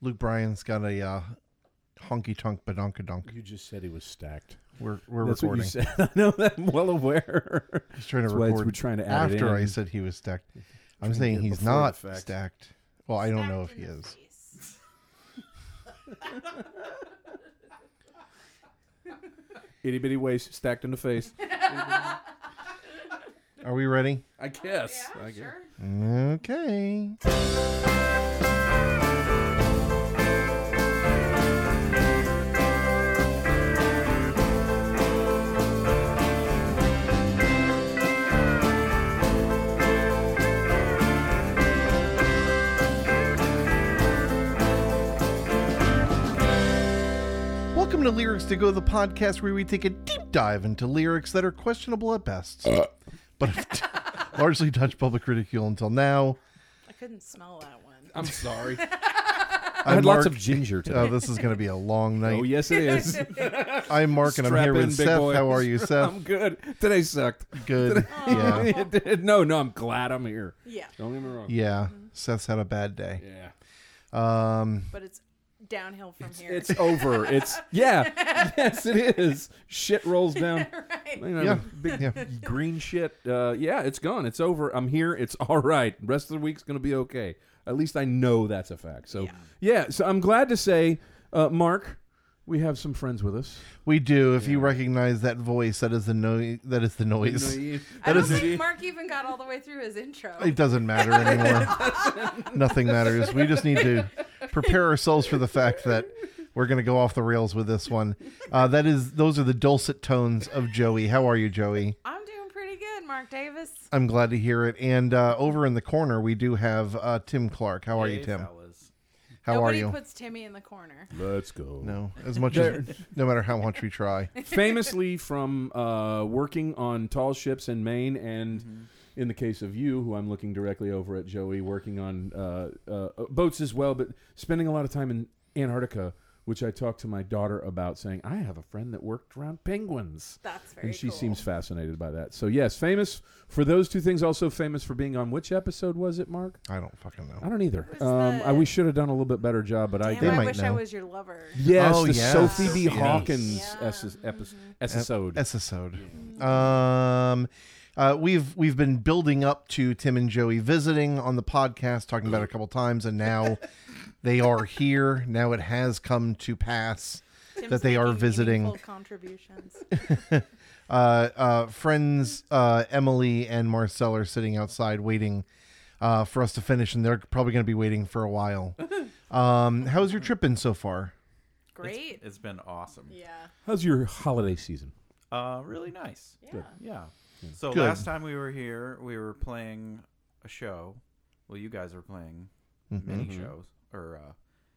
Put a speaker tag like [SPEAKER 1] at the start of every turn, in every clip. [SPEAKER 1] Luke Bryan's got a uh, honky tonk badonkadonk.
[SPEAKER 2] You just said he was stacked.
[SPEAKER 1] We're we're
[SPEAKER 2] That's
[SPEAKER 1] recording.
[SPEAKER 2] what you said. no, I'm well aware.
[SPEAKER 1] He's trying to
[SPEAKER 2] That's why it's-
[SPEAKER 1] record.
[SPEAKER 2] we're trying to add it
[SPEAKER 1] after I
[SPEAKER 2] in.
[SPEAKER 1] said he was stacked. I'm
[SPEAKER 2] to
[SPEAKER 1] saying
[SPEAKER 2] get
[SPEAKER 1] he's
[SPEAKER 2] before the
[SPEAKER 1] not
[SPEAKER 2] fact.
[SPEAKER 1] stacked. Well, I don't know if he is.
[SPEAKER 2] Itty bitty waist, stacked in the face.
[SPEAKER 1] Are we ready?
[SPEAKER 2] I guess. I guess.
[SPEAKER 1] Okay. Welcome to Lyrics to Go, the podcast where we take a deep dive into lyrics that are questionable at best, but have t- largely touched public ridicule until now.
[SPEAKER 3] I couldn't smell that one.
[SPEAKER 2] I'm sorry.
[SPEAKER 1] I'm
[SPEAKER 2] I had
[SPEAKER 1] Mark.
[SPEAKER 2] lots of ginger today.
[SPEAKER 1] Oh, this is going to be a long night.
[SPEAKER 2] oh yes, it is.
[SPEAKER 1] I'm Mark, and I'm
[SPEAKER 2] Strap
[SPEAKER 1] here
[SPEAKER 2] in,
[SPEAKER 1] with
[SPEAKER 2] big
[SPEAKER 1] Seth.
[SPEAKER 2] boy.
[SPEAKER 1] How are you, Seth?
[SPEAKER 2] I'm good. Today sucked.
[SPEAKER 1] Good. Yeah.
[SPEAKER 2] It did. no, no, I'm glad I'm here.
[SPEAKER 3] Yeah,
[SPEAKER 2] Don't get me wrong.
[SPEAKER 1] Yeah. Seth's had a bad day.
[SPEAKER 2] Yeah.
[SPEAKER 1] Um,
[SPEAKER 3] but it's downhill from here.
[SPEAKER 2] It's over. It's yeah. Yes, it is. Shit rolls down.
[SPEAKER 3] right.
[SPEAKER 2] You know,
[SPEAKER 1] Yeah.
[SPEAKER 2] Big
[SPEAKER 1] Yeah.
[SPEAKER 2] green shit. Uh, yeah, it's gone. It's over. I'm here. It's all right. Rest of the week's gonna be okay. At least I know that's a fact. So yeah.
[SPEAKER 3] Yeah.
[SPEAKER 2] so I'm glad to say, uh, Mark, we have some friends with us.
[SPEAKER 1] we do. If you recognize that voice, that is the noise. That is the noise.
[SPEAKER 3] I
[SPEAKER 1] That
[SPEAKER 3] don't
[SPEAKER 1] is-
[SPEAKER 3] think Mark even got all the way through his intro.
[SPEAKER 1] It doesn't matter anymore. Nothing matters. We just need to prepare ourselves for the fact that we're going to go off the rails with this one. Uh, that is, those are the dulcet tones of Joey. How are you, Joey?
[SPEAKER 3] I'm doing pretty good, Mark Davis.
[SPEAKER 1] I'm glad to hear it. And uh, over in the corner, we do have uh, Tim Clark. How are you, Tim? How
[SPEAKER 3] Nobody
[SPEAKER 1] are you?
[SPEAKER 3] puts Timmy in the corner.
[SPEAKER 2] Let's go.
[SPEAKER 1] no, as much as no matter how much we try.
[SPEAKER 2] Famously from uh, working on tall ships in Maine, and
[SPEAKER 3] Mm-hmm.
[SPEAKER 2] in the case of you, who I'm looking directly over at Joey, working on uh, uh, boats as well, but spending a lot of time in Antarctica, which I talked to my daughter about, saying I have a friend that worked around penguins.
[SPEAKER 3] That's very
[SPEAKER 2] And she
[SPEAKER 3] cool.
[SPEAKER 2] seems fascinated by that. So yes, famous for those two things. Also famous for being on which episode was it, Mark?
[SPEAKER 1] I don't fucking know.
[SPEAKER 2] I don't either.
[SPEAKER 3] Was
[SPEAKER 2] Um, I,
[SPEAKER 3] the-
[SPEAKER 2] we should have done a little bit better job, but I
[SPEAKER 3] Damn,
[SPEAKER 1] They
[SPEAKER 3] I
[SPEAKER 1] might
[SPEAKER 3] wish I
[SPEAKER 1] know.
[SPEAKER 3] was your lover.
[SPEAKER 2] Yes,
[SPEAKER 1] Oh,
[SPEAKER 2] the
[SPEAKER 1] yes.
[SPEAKER 2] Sophie B.
[SPEAKER 1] Yes.
[SPEAKER 2] Hawkins
[SPEAKER 3] Yeah. Mm-hmm.
[SPEAKER 2] esses- epis- episode.
[SPEAKER 1] episode. Um, uh, we've we've been building up to Tim and Joey visiting on the podcast, talking about it a couple times, and now they are here. Now it has come to pass
[SPEAKER 3] Tim's
[SPEAKER 1] that they are
[SPEAKER 3] making
[SPEAKER 1] visiting.
[SPEAKER 3] meaningful contributions.
[SPEAKER 1] uh, uh, friends uh, Emily and Marcel are sitting outside waiting uh, for us to finish, and they're probably going to be waiting for a while. Um, how's your trip been so far?
[SPEAKER 3] Great.
[SPEAKER 4] It's been awesome.
[SPEAKER 3] yeah.
[SPEAKER 2] How's your holiday season?
[SPEAKER 4] Uh, really nice.
[SPEAKER 3] Yeah.
[SPEAKER 4] Yeah. So
[SPEAKER 1] Good.
[SPEAKER 4] last time we were here, we were playing a show. Well, you guys were playing
[SPEAKER 1] Mm-hmm.
[SPEAKER 4] many shows or uh,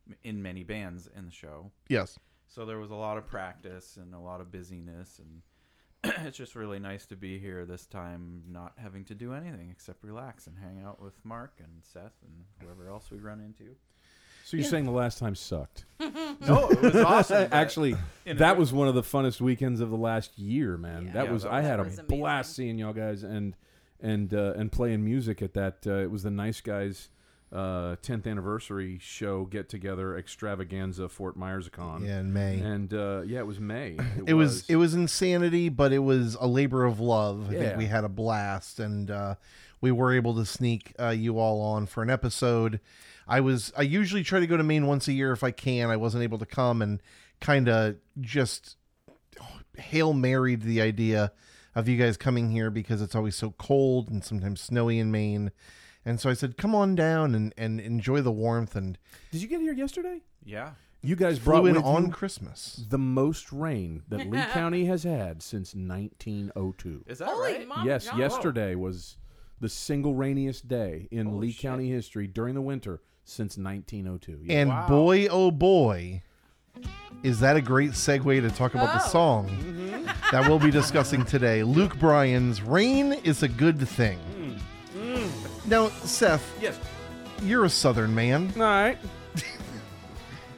[SPEAKER 4] m- in many bands in the show.
[SPEAKER 1] Yes.
[SPEAKER 4] So there was a lot of practice and a lot of busyness, and it's just really nice to be here this time, not having to do anything except relax and hang out with Mark and Seth and whoever else we run into.
[SPEAKER 2] So you're saying the last time sucked?
[SPEAKER 4] No, it was awesome. but-
[SPEAKER 2] Actually,
[SPEAKER 4] in a
[SPEAKER 2] that
[SPEAKER 4] way-
[SPEAKER 2] was one of the funnest weekends of the last year, man.
[SPEAKER 3] Yeah.
[SPEAKER 2] that
[SPEAKER 4] Yeah,
[SPEAKER 2] was
[SPEAKER 4] that
[SPEAKER 2] I
[SPEAKER 4] was-
[SPEAKER 2] had a
[SPEAKER 3] That was amazing.
[SPEAKER 2] blast seeing y'all guys and and uh, and playing music at that. Uh, it was the Nice Guys uh, 10th anniversary show get together extravaganza Fort Myers con.
[SPEAKER 1] Yeah, in May.
[SPEAKER 2] And uh, yeah, it was May.
[SPEAKER 1] it was it was insanity, but it was a labor of love. I
[SPEAKER 2] Yeah.
[SPEAKER 1] think we had a blast, and uh, we were able to sneak uh, you all on for an episode. I was I usually try to go to Maine once a year if I can. I wasn't able to come, and kind of just hail married the idea of you guys coming here because it's always so cold and sometimes snowy in Maine. And so I said, "Come on down and, and enjoy the warmth." And
[SPEAKER 2] Did you get here yesterday?
[SPEAKER 4] yeah.
[SPEAKER 2] You guys brought
[SPEAKER 1] flew in
[SPEAKER 2] with
[SPEAKER 1] on
[SPEAKER 2] you
[SPEAKER 1] Christmas.
[SPEAKER 2] the most rain that Lee County has had since 1902.
[SPEAKER 4] Is that
[SPEAKER 3] Holy
[SPEAKER 4] right?
[SPEAKER 3] mom,
[SPEAKER 2] yes,
[SPEAKER 3] John.
[SPEAKER 2] yesterday was the single rainiest day in
[SPEAKER 4] Holy
[SPEAKER 2] Lee
[SPEAKER 4] shit.
[SPEAKER 2] County history during the winter since 1902. Yeah.
[SPEAKER 1] And
[SPEAKER 4] Wow.
[SPEAKER 1] boy, oh boy, is that a great segue to talk about the
[SPEAKER 3] Oh.
[SPEAKER 1] song that we'll be discussing today. Luke Bryan's Rain is a Good Thing. Now, Seth,
[SPEAKER 2] Mm-hmm. yes.
[SPEAKER 1] you're a Southern man.
[SPEAKER 2] All right.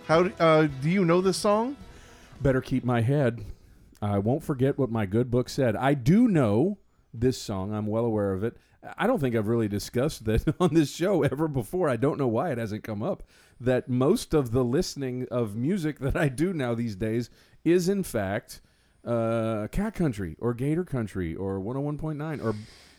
[SPEAKER 1] How d- uh, do you know this song?
[SPEAKER 2] Better keep my head. I won't forget what my good book said. I do know this song. I'm well aware of it. I don't think I've really discussed that on this show ever before. I don't know why it hasn't come up. That most of the listening of music that I do now these days is, in fact, uh, cat country or gator country or 101.9 or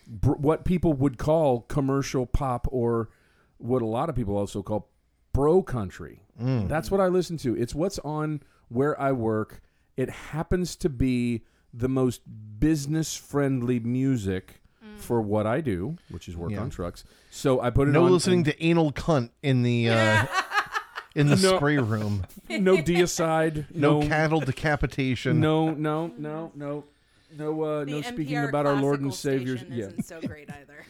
[SPEAKER 2] br- what people would call commercial pop or what a lot of people also call bro country.
[SPEAKER 1] Mm.
[SPEAKER 2] That's what I listen to. It's what's on where I work. It happens to be the most business friendly music
[SPEAKER 3] Mm.
[SPEAKER 2] for what I do, which is work
[SPEAKER 1] Yeah.
[SPEAKER 2] on trucks. So I put it
[SPEAKER 1] No
[SPEAKER 2] on.
[SPEAKER 1] listening
[SPEAKER 2] and
[SPEAKER 1] to anal cunt in the uh, in the
[SPEAKER 2] No.
[SPEAKER 1] spray room.
[SPEAKER 2] no deicide,
[SPEAKER 1] No,
[SPEAKER 2] no,
[SPEAKER 1] cattle decapitation.
[SPEAKER 2] no, no, no, no, no, uh,
[SPEAKER 3] The
[SPEAKER 2] no speaking
[SPEAKER 3] NPR
[SPEAKER 2] about our Lord and
[SPEAKER 3] classical
[SPEAKER 2] Savior.
[SPEAKER 3] station
[SPEAKER 2] Yeah.
[SPEAKER 3] isn't so great either.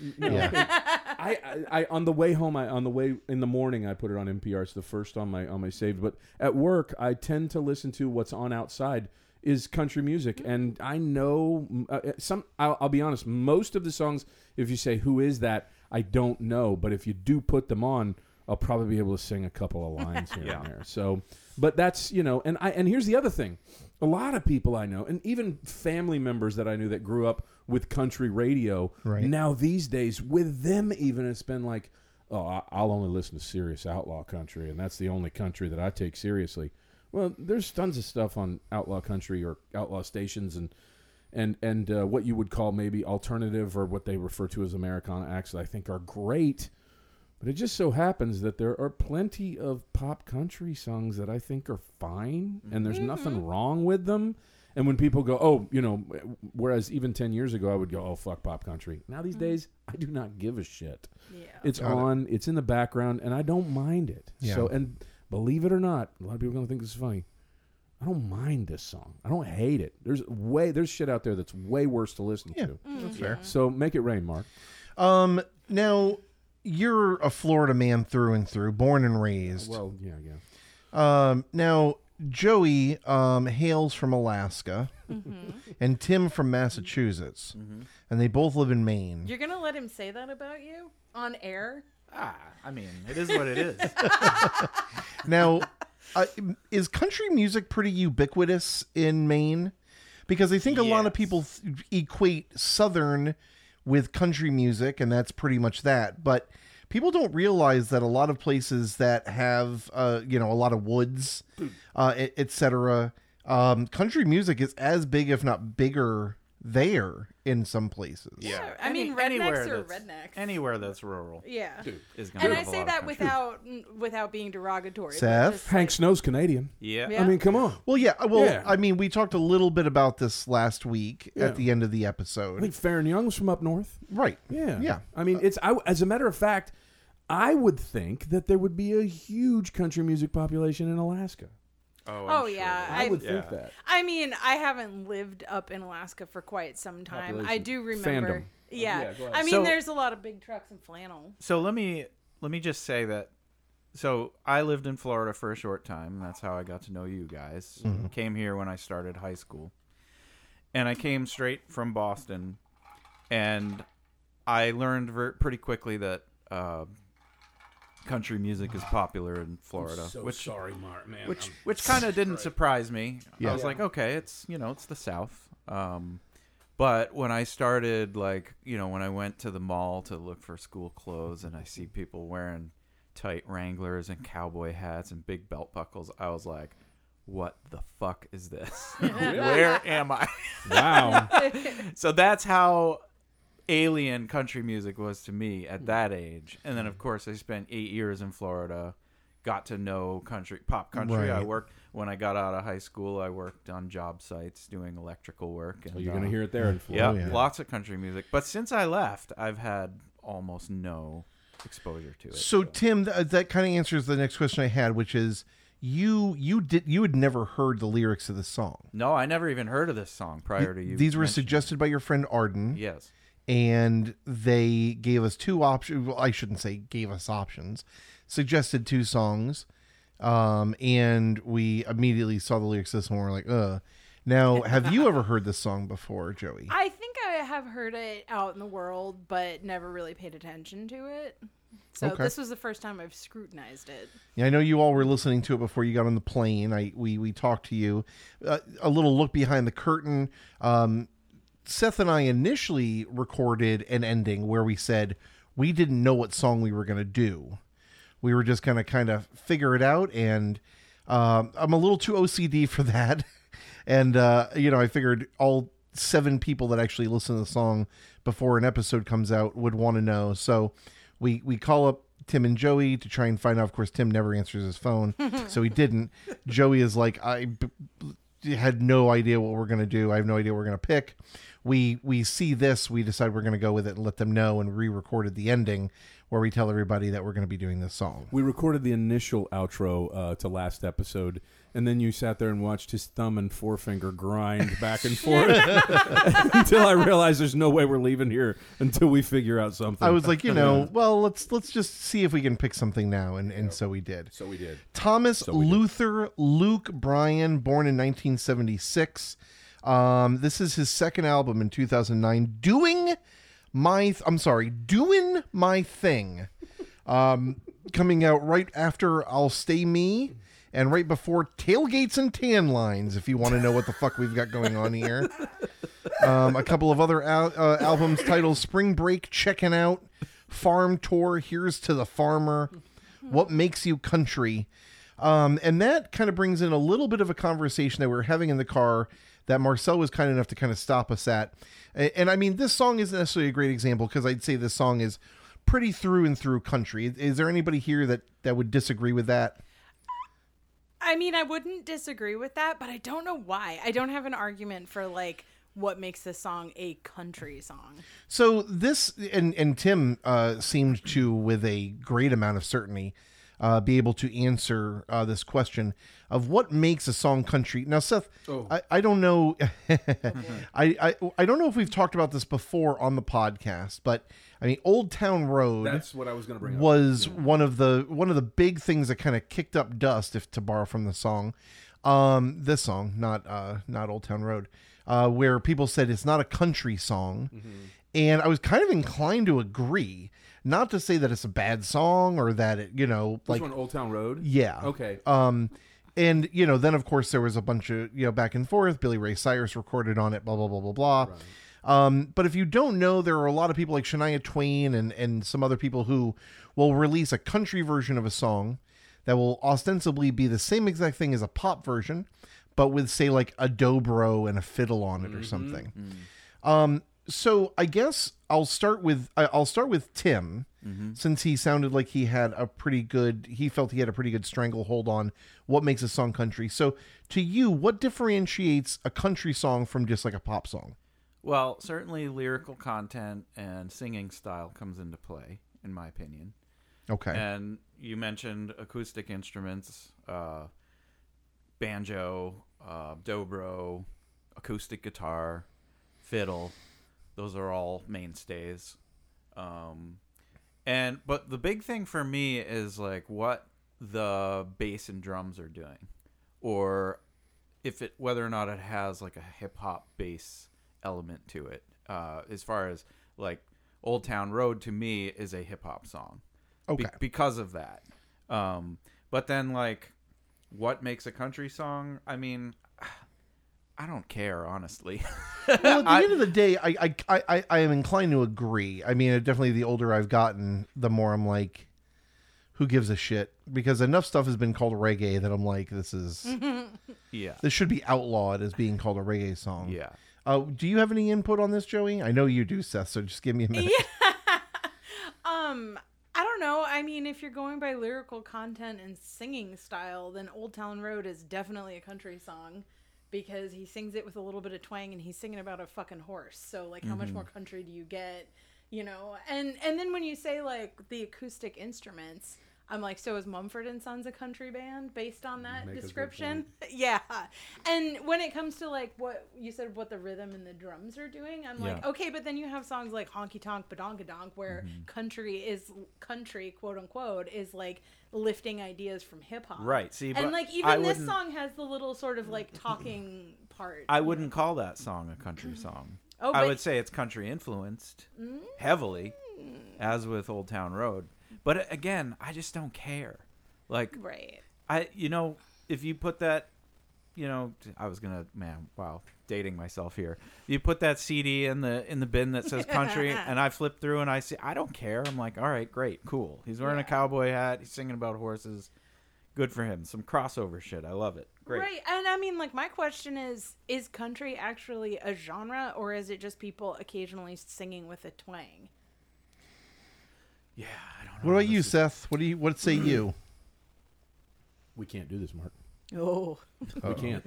[SPEAKER 2] I, I, I on the way home I on the way in the morning I put it on NPR. It's the first on my on my saved. But at work I tend to listen to what's on outside is country music, and I know mm, uh, uh, some. I'll, I'll be honest. Most of the songs, if you say who is that, I don't know. But if you do put them on, I'll probably be able to sing a couple of lines here
[SPEAKER 4] Yeah.
[SPEAKER 2] and there. So, but that's you know, and I and here's the other thing. A lot of people I know, and even family members that I knew that grew up with country radio,
[SPEAKER 1] Right.
[SPEAKER 2] now these days with them even it's been like oh I- i'll only listen to serious outlaw country and that's the only country that i take seriously well there's tons of stuff on outlaw country or outlaw stations and and and uh, what you would call maybe alternative or what they refer to as americana acts that i think are great but it just so happens that there are plenty of pop country songs that I think are fine and there's nothing wrong with them. And when people go, oh, you know, whereas even 10 years ago I would go, oh, fuck pop country. Now these days, I do not give a shit.
[SPEAKER 3] Yeah.
[SPEAKER 2] It's
[SPEAKER 1] Got it.
[SPEAKER 2] on, it's in the background, and I don't mind it.
[SPEAKER 1] Yeah.
[SPEAKER 2] So, and believe it or not, a lot of people are going to think this is funny. I don't mind this song. I don't hate it. There's way there's shit out there that's way worse to listen
[SPEAKER 1] Yeah,
[SPEAKER 2] to.
[SPEAKER 1] that's fair.
[SPEAKER 2] So make it rain, Mark.
[SPEAKER 1] Um, now you're a Florida man through and through, born and raised.
[SPEAKER 2] Well, yeah, yeah.
[SPEAKER 1] Um, now Joey um, hails from Alaska, and Tim from Massachusetts, and they both live in Maine.
[SPEAKER 3] You're gonna let him say that about you on air?
[SPEAKER 4] Ah, I mean, it is what it is.
[SPEAKER 1] Now, uh, is country music pretty ubiquitous in Maine? Because I think a lot of
[SPEAKER 4] Yes.
[SPEAKER 1] people th- equate Southern with country music, and that's pretty much that. But people don't realize that a lot of places that have, uh, you know, a lot of woods,
[SPEAKER 2] Hmm.
[SPEAKER 1] uh, e- et cetera, um, country music is as big, if not bigger, there in some places.
[SPEAKER 3] Yeah, I mean, rednecks are
[SPEAKER 4] that's-
[SPEAKER 3] rednecks.
[SPEAKER 4] Anywhere that's rural
[SPEAKER 3] Yeah.
[SPEAKER 4] is going to
[SPEAKER 3] And
[SPEAKER 4] have
[SPEAKER 3] I
[SPEAKER 4] a
[SPEAKER 3] say
[SPEAKER 4] lot
[SPEAKER 3] that
[SPEAKER 4] of country.
[SPEAKER 3] without n- without being derogatory. but
[SPEAKER 1] Seth?
[SPEAKER 3] just
[SPEAKER 2] Hank
[SPEAKER 3] like-
[SPEAKER 2] Snow's Canadian.
[SPEAKER 4] Yeah.
[SPEAKER 3] Yeah.
[SPEAKER 2] I mean, come on.
[SPEAKER 1] Well, yeah. uh, Well,
[SPEAKER 2] Yeah.
[SPEAKER 1] I mean, we talked a little bit about this last week
[SPEAKER 2] Yeah.
[SPEAKER 1] at the end of the
[SPEAKER 2] I
[SPEAKER 1] episode.
[SPEAKER 2] think Farron Young was from up north.
[SPEAKER 1] right.
[SPEAKER 2] Yeah.
[SPEAKER 1] Yeah.
[SPEAKER 2] I mean, it's I as a matter of fact, I would think that there would be a huge country music population in Alaska.
[SPEAKER 4] Oh,
[SPEAKER 3] Oh,
[SPEAKER 4] I'm sure
[SPEAKER 3] yeah,
[SPEAKER 4] there
[SPEAKER 2] I,
[SPEAKER 3] I-
[SPEAKER 2] would
[SPEAKER 4] Yeah.
[SPEAKER 2] think that.
[SPEAKER 3] I mean, I haven't lived up in Alaska for quite some time. I
[SPEAKER 2] Population.
[SPEAKER 3] do remember.
[SPEAKER 2] Fandom.
[SPEAKER 3] Yeah.
[SPEAKER 2] Yeah, go ahead.
[SPEAKER 3] I mean,
[SPEAKER 4] So-
[SPEAKER 3] there's a lot of big trucks and flannel.
[SPEAKER 4] So let me let me just say that. So I lived in Florida for a short time. That's how I got to know you guys. Came here when I started high school, and I came straight from Boston, and I learned ver- pretty quickly that uh, country music is popular in Florida, which
[SPEAKER 2] sorry, Mark, man.
[SPEAKER 4] which which kind of didn't surprise me.
[SPEAKER 1] Yeah.
[SPEAKER 4] I was like, okay, it's you know, it's the South. Um, but when I started, like, you know, when I went to the mall to look for school clothes, and I see people wearing tight Wranglers and cowboy hats and big belt buckles, I was like, what the fuck is this? Where am I?
[SPEAKER 2] wow.
[SPEAKER 4] so that's how alien country music was to me at that age. And then of course I spent 8 years in Florida, got to know country pop country. I
[SPEAKER 1] Right.
[SPEAKER 4] worked when I got out of high school, I worked on job sites doing electrical work and
[SPEAKER 2] Well, you're
[SPEAKER 4] uh,
[SPEAKER 2] gonna hear it there in
[SPEAKER 4] yeah,
[SPEAKER 2] Florida.
[SPEAKER 1] Oh, yeah.
[SPEAKER 4] lots of country music. But since I left, I've had almost no exposure to it.
[SPEAKER 1] So Tim, th- uh, that kind of answers the next question I had, which is you you did you had never heard the lyrics of the song.
[SPEAKER 4] no, I never even heard of this song prior to you.
[SPEAKER 1] These were
[SPEAKER 4] mentioning
[SPEAKER 1] suggested by your friend Arden,
[SPEAKER 4] it. Yes.
[SPEAKER 1] and they gave us two options. Well, I shouldn't say gave us options. Suggested two songs, um, and we immediately saw the lyrics of this one. We're like, uh. Now, have you ever heard this song before, Joey?
[SPEAKER 3] I think I have heard it out in the world, but never really paid attention to it. So
[SPEAKER 1] Okay.
[SPEAKER 3] this was the first time I've scrutinized it.
[SPEAKER 1] Yeah, I know you all were listening to it before you got on the plane. I we we talked to you. Uh, a little look behind the curtain. Um, Seth and I initially recorded an ending where we said we didn't know what song we were going to do. We were just going to kind of figure it out. And um, I'm a little too OCD for that. And, uh, you know, I figured all seven people that actually listen to the song before an episode comes out would want to know. So we, we call up Tim and Joey to try and find out. Of course, Tim never answers his phone, so he didn't. Joey is like, I b- had no idea what we're gonna do. I have no idea what we're gonna pick. We we see this, we decide we're gonna go with it and let them know, and re-recorded the ending where we tell everybody that we're gonna be doing this song.
[SPEAKER 2] We recorded the initial outro uh, to last episode, and then you sat there and watched his thumb and forefinger grind back and forth until I realized there's no way we're leaving here until we figure out something.
[SPEAKER 1] I was like, you know, well, let's let's just see if we can pick something now, and and so we did.
[SPEAKER 2] so we did.
[SPEAKER 1] Thomas Luther Luke Bryan, born in 1976. Um, this is his second album in 2009. Doing my, th- I'm sorry, doing my thing. Um, coming out right after I'll Stay Me and right before Tailgates and Tan Lines, if you want to know what the fuck we've got going on here. Um, a couple of other al- uh, albums titled Spring Break, Checking Out, Farm Tour, Here's to the Farmer, What Makes You Country. Um, and that kind of brings in a little bit of a conversation that we were having in the car that Marcel was kind enough to kind of stop us at. A- And I mean, this song isn't necessarily a great example because I'd say this song is pretty through and through country. Is- Is there anybody here that, that would disagree with that?
[SPEAKER 3] I mean, I wouldn't disagree with that, but I don't know why. I don't have an argument for like what makes this song a country song.
[SPEAKER 1] So this and and Tim uh, seemed to, with a great amount of certainty, uh, be able to answer uh, this question of what makes a song country. Now, Seth, I, I don't know, I, I I don't know if we've talked about this before on the podcast, but I mean, Old Town Road
[SPEAKER 2] That's what I was going to bring up.
[SPEAKER 1] was one of the one of the big things that kind of kicked up dust, if to borrow from the song, um, this song, not uh, not Old Town Road, uh, where people said it's not a country song,
[SPEAKER 2] Mm-hmm.
[SPEAKER 1] and I was kind of inclined to agree. Not to say that it's a bad song or that it, you know,
[SPEAKER 2] Which
[SPEAKER 1] like
[SPEAKER 2] one, Old Town Road?
[SPEAKER 1] yeah,
[SPEAKER 2] Okay.
[SPEAKER 1] um, and you know, then of course there was a bunch of you know back and forth. Billy Ray Cyrus recorded on it, blah blah blah blah blah. Um, but if you don't know, there are a lot of people like Shania Twain and and some other people who will release a country version of a song that will ostensibly be the same exact thing as a pop version, but with say like a dobro and a fiddle on it or something. Um, so I guess I'll start with I- I'll start with Tim
[SPEAKER 4] Mm-hmm.
[SPEAKER 1] since he sounded like he had a pretty good he felt he had a pretty good stranglehold on what makes a song country. So to you, what differentiates a country song from just like a pop song?
[SPEAKER 4] Well, certainly lyrical content and singing style comes into play, in my opinion.
[SPEAKER 1] Okay.
[SPEAKER 4] And you mentioned acoustic instruments, uh, banjo, uh, dobro, acoustic guitar, fiddle. Those are all mainstays. Um, and but the big thing for me is like what the bass and drums are doing, or if it whether or not it has like a hip hop bass element to it. Uh, as far as like Old Town Road to me is a hip hop song
[SPEAKER 1] okay.
[SPEAKER 4] Uh, be- because of that. Um, but then, like, what makes a country song? I mean, I don't care, honestly.
[SPEAKER 1] well, at the
[SPEAKER 4] I-
[SPEAKER 1] end of the day, I, I I I I am inclined to agree. I mean, definitely the older I've gotten, the more I'm like, who gives a shit? Because enough stuff has been called reggae that I'm like, this is
[SPEAKER 4] yeah.
[SPEAKER 1] this should be outlawed as being called a reggae song.
[SPEAKER 4] Yeah.
[SPEAKER 1] Uh, do you have any input on this, Joey? I know you do, Seth. So just give me a minute.
[SPEAKER 3] Um, I don't know. I mean, if you're going by lyrical content and singing style, then Old Town Road is definitely a country song because he sings it with a little bit of twang and he's singing about a fucking horse. So like how much
[SPEAKER 4] Mm-hmm.
[SPEAKER 3] more country do you get, you know? And and then when you say like the acoustic instruments, I'm like, so is Mumford and Sons a country band based on that
[SPEAKER 2] Make a good
[SPEAKER 3] description? yeah. And when it comes to like what you said, what the rhythm and the drums are doing, I'm like,
[SPEAKER 4] Yeah. Mm-hmm.
[SPEAKER 3] okay, but then you have songs like Honky Tonk Badonkadonk, where country is country, quote unquote, is like lifting ideas from hip hop.
[SPEAKER 4] Right. See,
[SPEAKER 3] and
[SPEAKER 4] but
[SPEAKER 3] like
[SPEAKER 4] I
[SPEAKER 3] even this
[SPEAKER 4] wouldn't-
[SPEAKER 3] song has the little sort of like talking part.
[SPEAKER 4] I wouldn't call that song a country song.
[SPEAKER 3] Oh,
[SPEAKER 4] I
[SPEAKER 3] but- Mm.
[SPEAKER 4] would say it's country influenced heavily, as with Old Town Road. But again, I just don't care. Like,
[SPEAKER 3] Right.
[SPEAKER 4] I, you know, if you put that you know, I was gonna man, wow, dating myself here. You put that CD in the in the bin that says country, and I flip through and I see, I don't care. I'm like, all right, great, cool. He's wearing a
[SPEAKER 3] Yeah.
[SPEAKER 4] cowboy hat. He's singing about horses. Good for him. Some crossover shit. I love it. Great.
[SPEAKER 3] Right. And I mean, like, my question is is country actually a genre or is it just people occasionally singing with a twang?
[SPEAKER 4] Yeah. I don't know.
[SPEAKER 1] What about you,
[SPEAKER 4] This is-
[SPEAKER 1] Seth? What do you? What say you?
[SPEAKER 2] We can't do this, Mark.
[SPEAKER 3] Oh.
[SPEAKER 1] Uh-oh.
[SPEAKER 2] We can't.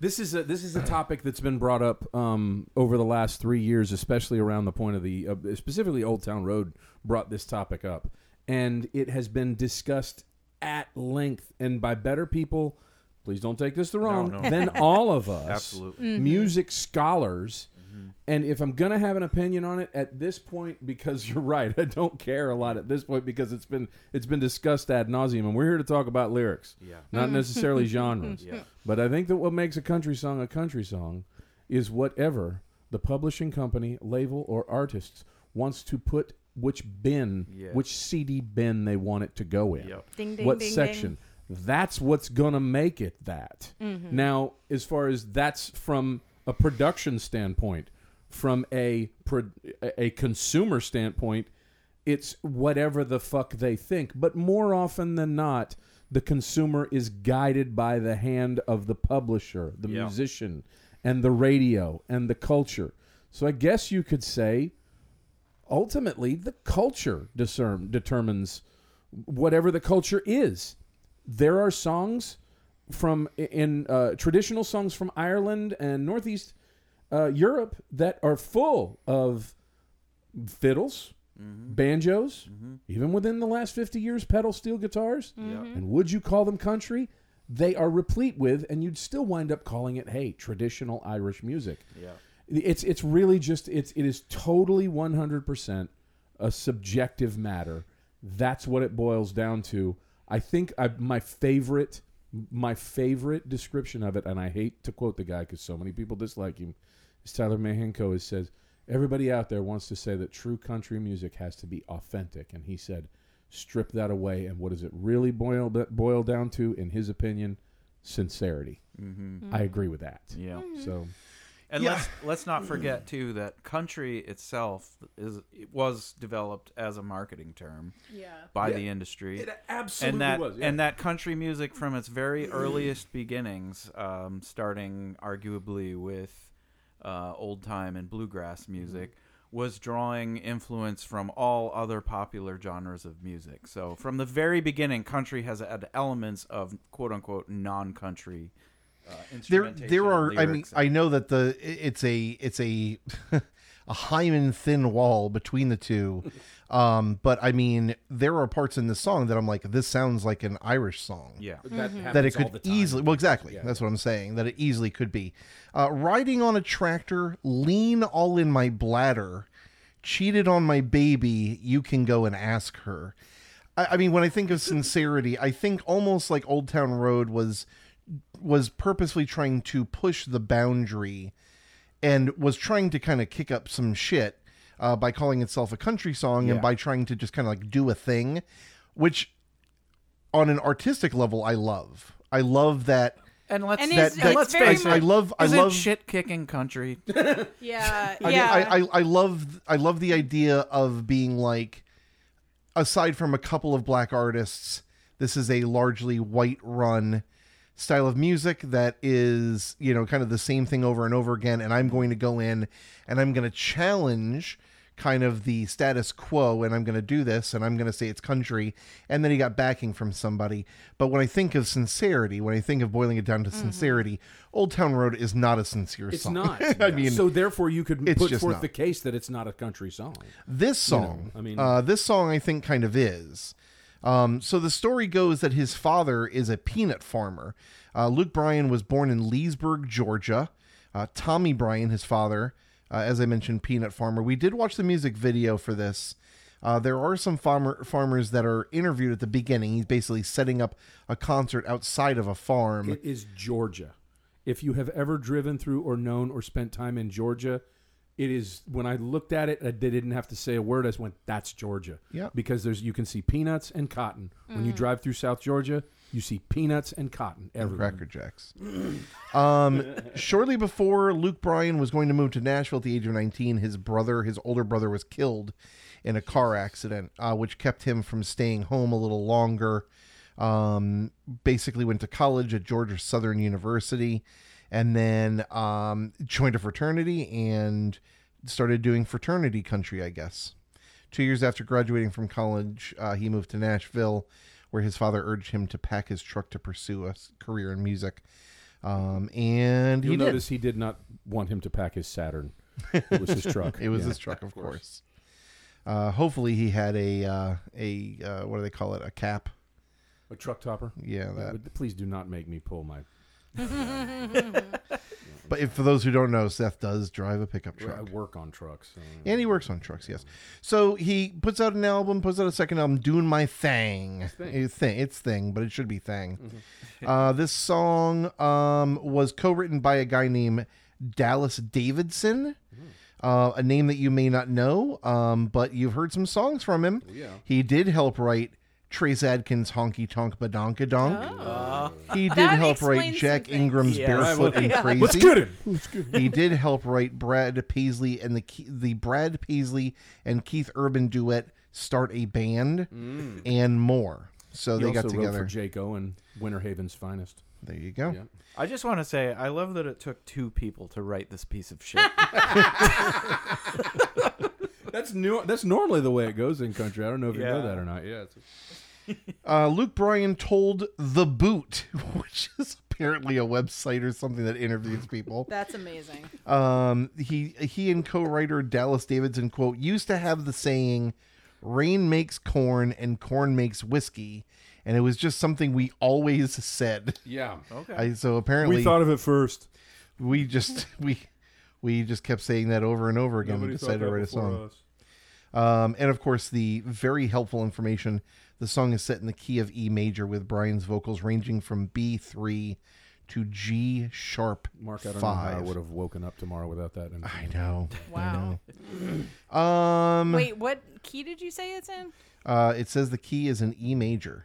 [SPEAKER 2] This is a this is a topic that's been brought up um, over the last three years, especially around the point of the uh, specifically Old Town Road brought this topic up, and it has been discussed at length and by better people. Please don't take this the wrong
[SPEAKER 4] no.
[SPEAKER 2] than all of us,
[SPEAKER 4] Absolutely. Mm-hmm.
[SPEAKER 2] music scholars. Mm-hmm. And if I'm gonna have an opinion on it at this point, because you're right, I don't care a lot at this point because it's been it's been discussed ad nauseum, and we're here to talk about lyrics
[SPEAKER 4] Yeah.
[SPEAKER 2] not necessarily genres.
[SPEAKER 4] Yeah.
[SPEAKER 2] But I think that what makes a country song a country song is whatever the publishing company, label, or artist wants to put which bin,
[SPEAKER 4] Yes.
[SPEAKER 2] which CD bin they want it to go in.
[SPEAKER 4] Yep.
[SPEAKER 3] Ding, ding,
[SPEAKER 2] what
[SPEAKER 3] ding, Mm-hmm.
[SPEAKER 2] section? That's what's going to make it that. Now, as far as that's from a production standpoint, from a pro- a a consumer standpoint, it's whatever the fuck they think. But more often than not, the consumer is guided by the hand of the publisher, the
[SPEAKER 4] Yeah.
[SPEAKER 2] musician, and the radio and the culture. So I guess you could say ultimately the culture discern, determines whatever the culture is. There are songs from in uh, traditional songs from Ireland and Northeast uh, Europe that are full of fiddles,
[SPEAKER 4] Mm-hmm.
[SPEAKER 2] banjos, even within the last 50 years, pedal steel guitars.
[SPEAKER 4] Yeah.
[SPEAKER 2] And would you call them country? They are replete with, and you'd still wind up calling it, hey, traditional Irish music
[SPEAKER 4] Yeah.
[SPEAKER 2] it's it's really just it's it is totally 100% a subjective matter that's what it boils down to i think I, my favorite my favorite description of it and i hate to quote the guy because so many people dislike him is tyler mahenko is says everybody out there wants to say that true country music has to be authentic and he said strip that away and what does it really boil boil down to in his opinion sincerity i agree with that
[SPEAKER 4] Yeah.
[SPEAKER 2] so
[SPEAKER 4] And
[SPEAKER 1] Yeah.
[SPEAKER 4] let's let's not forget too that country itself is it was developed as a marketing term
[SPEAKER 3] Yeah.
[SPEAKER 4] by
[SPEAKER 2] Yeah.
[SPEAKER 4] the industry.
[SPEAKER 2] absolutely
[SPEAKER 4] and that
[SPEAKER 2] was.
[SPEAKER 4] and that country music from its very earliest beginnings, um, starting arguably with uh, old time and bluegrass music,
[SPEAKER 1] Mm-hmm.
[SPEAKER 4] was drawing influence from all other popular genres of music. So from the very beginning, country has had elements of quote unquote non country. Uh,
[SPEAKER 1] there
[SPEAKER 4] instrumentation
[SPEAKER 1] there
[SPEAKER 4] and
[SPEAKER 1] are i mean
[SPEAKER 4] lyrics.
[SPEAKER 1] i know that the i- it's a it's a a hymen thin wall between the two um but i mean there are parts in the song that i'm like this sounds like an irish song
[SPEAKER 4] yeah.
[SPEAKER 2] Mm-hmm.
[SPEAKER 1] that it could easily well exactly that's what i'm saying that it easily could be uh, riding on a tractor lean all in my bladder cheated on my baby you can go and ask her i, I mean when i think of sincerity i think almost like old town road was was purposely trying to push the boundary and was trying to kind of kick up some shit uh, by calling itself a country song and
[SPEAKER 2] Yeah.
[SPEAKER 1] by trying to just kind of like do a thing, which on an artistic level, I love. I love that.
[SPEAKER 4] And let's
[SPEAKER 3] And
[SPEAKER 1] That,
[SPEAKER 3] It's-
[SPEAKER 1] that
[SPEAKER 3] it's
[SPEAKER 1] I,
[SPEAKER 3] very
[SPEAKER 1] I
[SPEAKER 3] much-
[SPEAKER 1] love. I
[SPEAKER 4] isn't
[SPEAKER 1] love.
[SPEAKER 4] shit kicking country.
[SPEAKER 3] Yeah.
[SPEAKER 1] I,
[SPEAKER 3] yeah.
[SPEAKER 1] I, I, I love. I love the idea of being like, aside from a couple of black artists, this is a largely white run style of music that is you know kind of the same thing over and over again and i'm going to go in and i'm going to challenge kind of the status quo and i'm going to do this and i'm going to say it's country and then he got backing from somebody but when i think of sincerity when i think of boiling it down to sincerity old town road is not a sincere
[SPEAKER 2] It's
[SPEAKER 1] song
[SPEAKER 2] not.
[SPEAKER 1] i mean
[SPEAKER 2] so therefore, you could
[SPEAKER 1] it's
[SPEAKER 2] put
[SPEAKER 1] just
[SPEAKER 2] forth
[SPEAKER 1] not.
[SPEAKER 2] the case that it's not a country song.
[SPEAKER 1] this song
[SPEAKER 2] I mean-
[SPEAKER 1] uh, this song i think kind of is um, so the story goes that his father is a peanut farmer uh, luke bryan was born in leesburg georgia uh, tommy bryan his father uh, as i mentioned peanut farmer we did watch the music video for this uh, there are some farmer, farmers that are interviewed at the beginning. He's basically setting up a concert outside of a farm.
[SPEAKER 2] It is Georgia. If you have ever driven through or known or spent time in Georgia, it is. When I looked at it, I didn't have to say a word. I just went, "That's Georgia."
[SPEAKER 1] Yeah. Mm.
[SPEAKER 2] Because there's you can see peanuts and cotton when you drive through South Georgia. You see peanuts and cotton everywhere.
[SPEAKER 1] Cracker Jacks. um, shortly before Luke Bryan was going to move to Nashville at the age of 19, his brother, his older brother, was killed in a car accident, uh, which kept him from staying home a little longer. Um, basically, went to college at Georgia Southern University and then um, joined a fraternity and started doing fraternity country, I guess. Two years after graduating from college, uh, he moved to Nashville, where his father urged him to pack his truck to pursue a s- career in music. Um, and
[SPEAKER 2] You'll
[SPEAKER 1] he
[SPEAKER 2] notice he did not want him to pack his Saturn. It was his truck.
[SPEAKER 1] did. It was
[SPEAKER 2] Yeah.
[SPEAKER 1] his truck, of course. Uh, hopefully, he had a uh, a uh, what do they call it? A cap.
[SPEAKER 2] a truck topper.
[SPEAKER 1] Yeah, that.
[SPEAKER 2] But Please do not make me pull my.
[SPEAKER 1] But if, for those who don't know, Seth does drive a pickup truck.
[SPEAKER 2] I work on trucks. so-
[SPEAKER 1] And he works on trucks, yes. So he puts out an album, puts out a second album, doing my thing. It's thing, it's thing but it should be thing. uh, this song um, was co-written by a guy named Dallas Davidson, uh, a name that you may not know, um, but you've heard some songs from him.
[SPEAKER 2] yeah.
[SPEAKER 1] He did help write Trace Adkins' "Honky Tonk Badonka Donk." He did
[SPEAKER 3] That
[SPEAKER 1] help write
[SPEAKER 3] explains some
[SPEAKER 1] Jack
[SPEAKER 3] things.
[SPEAKER 1] Ingram's
[SPEAKER 4] Yeah.
[SPEAKER 1] "Barefoot and
[SPEAKER 3] Yeah.
[SPEAKER 1] Crazy."
[SPEAKER 2] Let's get him.
[SPEAKER 1] he did help write Brad Paisley and the Ke- the Brad Paisley and Keith Urban duet "Start a Band" and more. So
[SPEAKER 2] Mm. He
[SPEAKER 1] they
[SPEAKER 2] also
[SPEAKER 1] got
[SPEAKER 2] wrote for
[SPEAKER 1] together.
[SPEAKER 2] Jake Owen, Winter Haven's finest.
[SPEAKER 1] there you go.
[SPEAKER 2] Yeah.
[SPEAKER 4] I just want to say I love that it took two people to write this piece of shit.
[SPEAKER 2] That's new. That's normally the way it goes in country. I don't know if you know
[SPEAKER 4] Yeah.
[SPEAKER 2] that or not. Yeah. It's,
[SPEAKER 1] Uh, Luke Bryan told The Boot, which is apparently a website or something that interviews people.
[SPEAKER 3] That's amazing.
[SPEAKER 1] Um, he he and co-writer Dallas Davidson quote used to have the saying, "Rain makes corn and corn makes whiskey," and it was just something we always said.
[SPEAKER 2] yeah.
[SPEAKER 4] Okay.
[SPEAKER 1] I, so apparently
[SPEAKER 2] We thought of it first.
[SPEAKER 1] we just we we just kept saying that over and over again. we decided to write a song, um, and of course, the very helpful information. The song is set in the key of E major, with Brian's vocals ranging from B three to G sharp
[SPEAKER 2] Mark, I don't know how I
[SPEAKER 1] five. E.
[SPEAKER 2] would have woken up tomorrow without that. And
[SPEAKER 1] I know.
[SPEAKER 3] Wow.
[SPEAKER 1] I know. Um,
[SPEAKER 3] Wait, what key did you say it's in?
[SPEAKER 1] uh, it says the key is an E major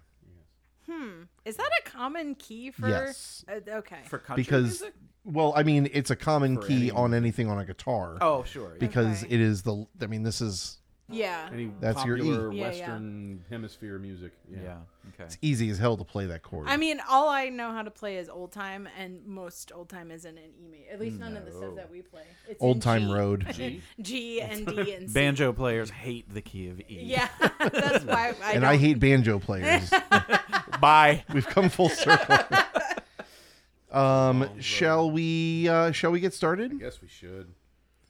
[SPEAKER 3] Is that a common key for?
[SPEAKER 1] Yes.
[SPEAKER 3] Uh, okay.
[SPEAKER 4] For country
[SPEAKER 1] because,
[SPEAKER 4] music?
[SPEAKER 1] well, I mean, it's a common
[SPEAKER 4] For
[SPEAKER 1] key
[SPEAKER 4] anyone.
[SPEAKER 1] on anything on a guitar
[SPEAKER 4] oh sure. yeah.
[SPEAKER 1] because
[SPEAKER 3] Okay.
[SPEAKER 1] it is the. I mean, this is
[SPEAKER 3] yeah.
[SPEAKER 2] Any
[SPEAKER 1] That's your E.
[SPEAKER 2] popular
[SPEAKER 3] Yeah, yeah.
[SPEAKER 2] Western Hemisphere music.
[SPEAKER 4] yeah. Okay.
[SPEAKER 1] it's easy as hell to play that chord.
[SPEAKER 3] I mean, all I know how to play is old time, and most old time isn't an E major. At least none of the stuff that we play. It's in
[SPEAKER 1] Old time
[SPEAKER 3] G.
[SPEAKER 1] road.
[SPEAKER 3] G and D and C.
[SPEAKER 4] Banjo players hate the key of E.
[SPEAKER 3] Yeah, that's why I.
[SPEAKER 1] and
[SPEAKER 3] don't-
[SPEAKER 1] I hate banjo players.
[SPEAKER 4] Bye.
[SPEAKER 1] We've come full circle. um, shall we? Uh, shall we get started?
[SPEAKER 2] Yes, we should.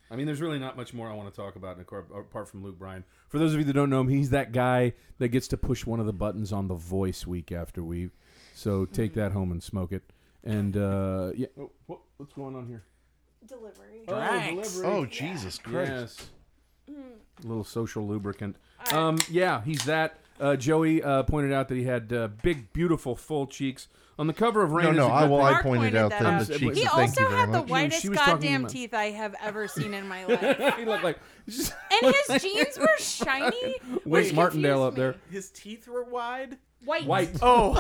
[SPEAKER 2] I mean, there's really not much more I want to talk about in a car- apart from Luke Bryan. For those of you that don't know him, he's that guy that gets to push one of the buttons on The Voice week after week. So take that home and smoke it. And uh, yeah, oh, what, what's going on here?
[SPEAKER 3] delivery.
[SPEAKER 4] Drinks.
[SPEAKER 2] delivery.
[SPEAKER 1] Oh Jesus Christ!
[SPEAKER 2] Yes. A little social lubricant. Um, yeah, he's that. Uh, Joey uh, pointed out that he had uh, big, beautiful, full cheeks on the cover of Rain.
[SPEAKER 1] No,
[SPEAKER 2] is
[SPEAKER 1] no.
[SPEAKER 2] a
[SPEAKER 1] I well,
[SPEAKER 2] Good Thing.
[SPEAKER 1] I
[SPEAKER 3] Mark
[SPEAKER 1] pointed
[SPEAKER 3] pointed
[SPEAKER 1] out
[SPEAKER 3] that
[SPEAKER 1] the,
[SPEAKER 2] out.
[SPEAKER 1] the cheeks.
[SPEAKER 3] He
[SPEAKER 1] so thank you
[SPEAKER 3] also
[SPEAKER 1] very
[SPEAKER 3] had the
[SPEAKER 1] much.
[SPEAKER 3] whitest
[SPEAKER 2] was talking
[SPEAKER 3] goddamn
[SPEAKER 2] about-
[SPEAKER 3] teeth I have ever seen in my life,
[SPEAKER 2] he looked like.
[SPEAKER 3] and his jeans were shiny.
[SPEAKER 2] Wait,
[SPEAKER 3] which
[SPEAKER 2] Martindale
[SPEAKER 3] confused
[SPEAKER 2] up there.
[SPEAKER 3] me.
[SPEAKER 4] His teeth were wide.
[SPEAKER 3] White.
[SPEAKER 2] White.
[SPEAKER 4] Oh,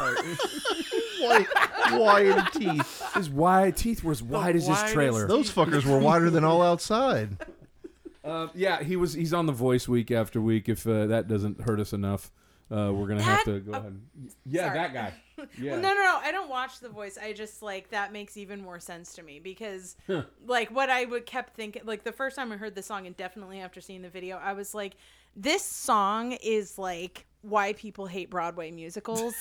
[SPEAKER 1] White, wide teeth.
[SPEAKER 2] His wide teeth were as wide as his
[SPEAKER 4] widest-
[SPEAKER 2] trailer.
[SPEAKER 1] Those fuckers were wider than all outside.
[SPEAKER 2] Uh, yeah, he was. He's on the Voice week after week. If uh, that doesn't hurt us enough, uh, we're gonna have
[SPEAKER 3] That-
[SPEAKER 2] to go ahead. and- Yeah,
[SPEAKER 3] sorry.
[SPEAKER 2] that guy. Yeah.
[SPEAKER 3] Well, no, no, no. I don't watch The Voice. I just like that makes even more sense to me because, like, what I would kept thinking, like the first time I heard the song, and definitely after seeing the video, I was like, this song is like why people hate Broadway musicals.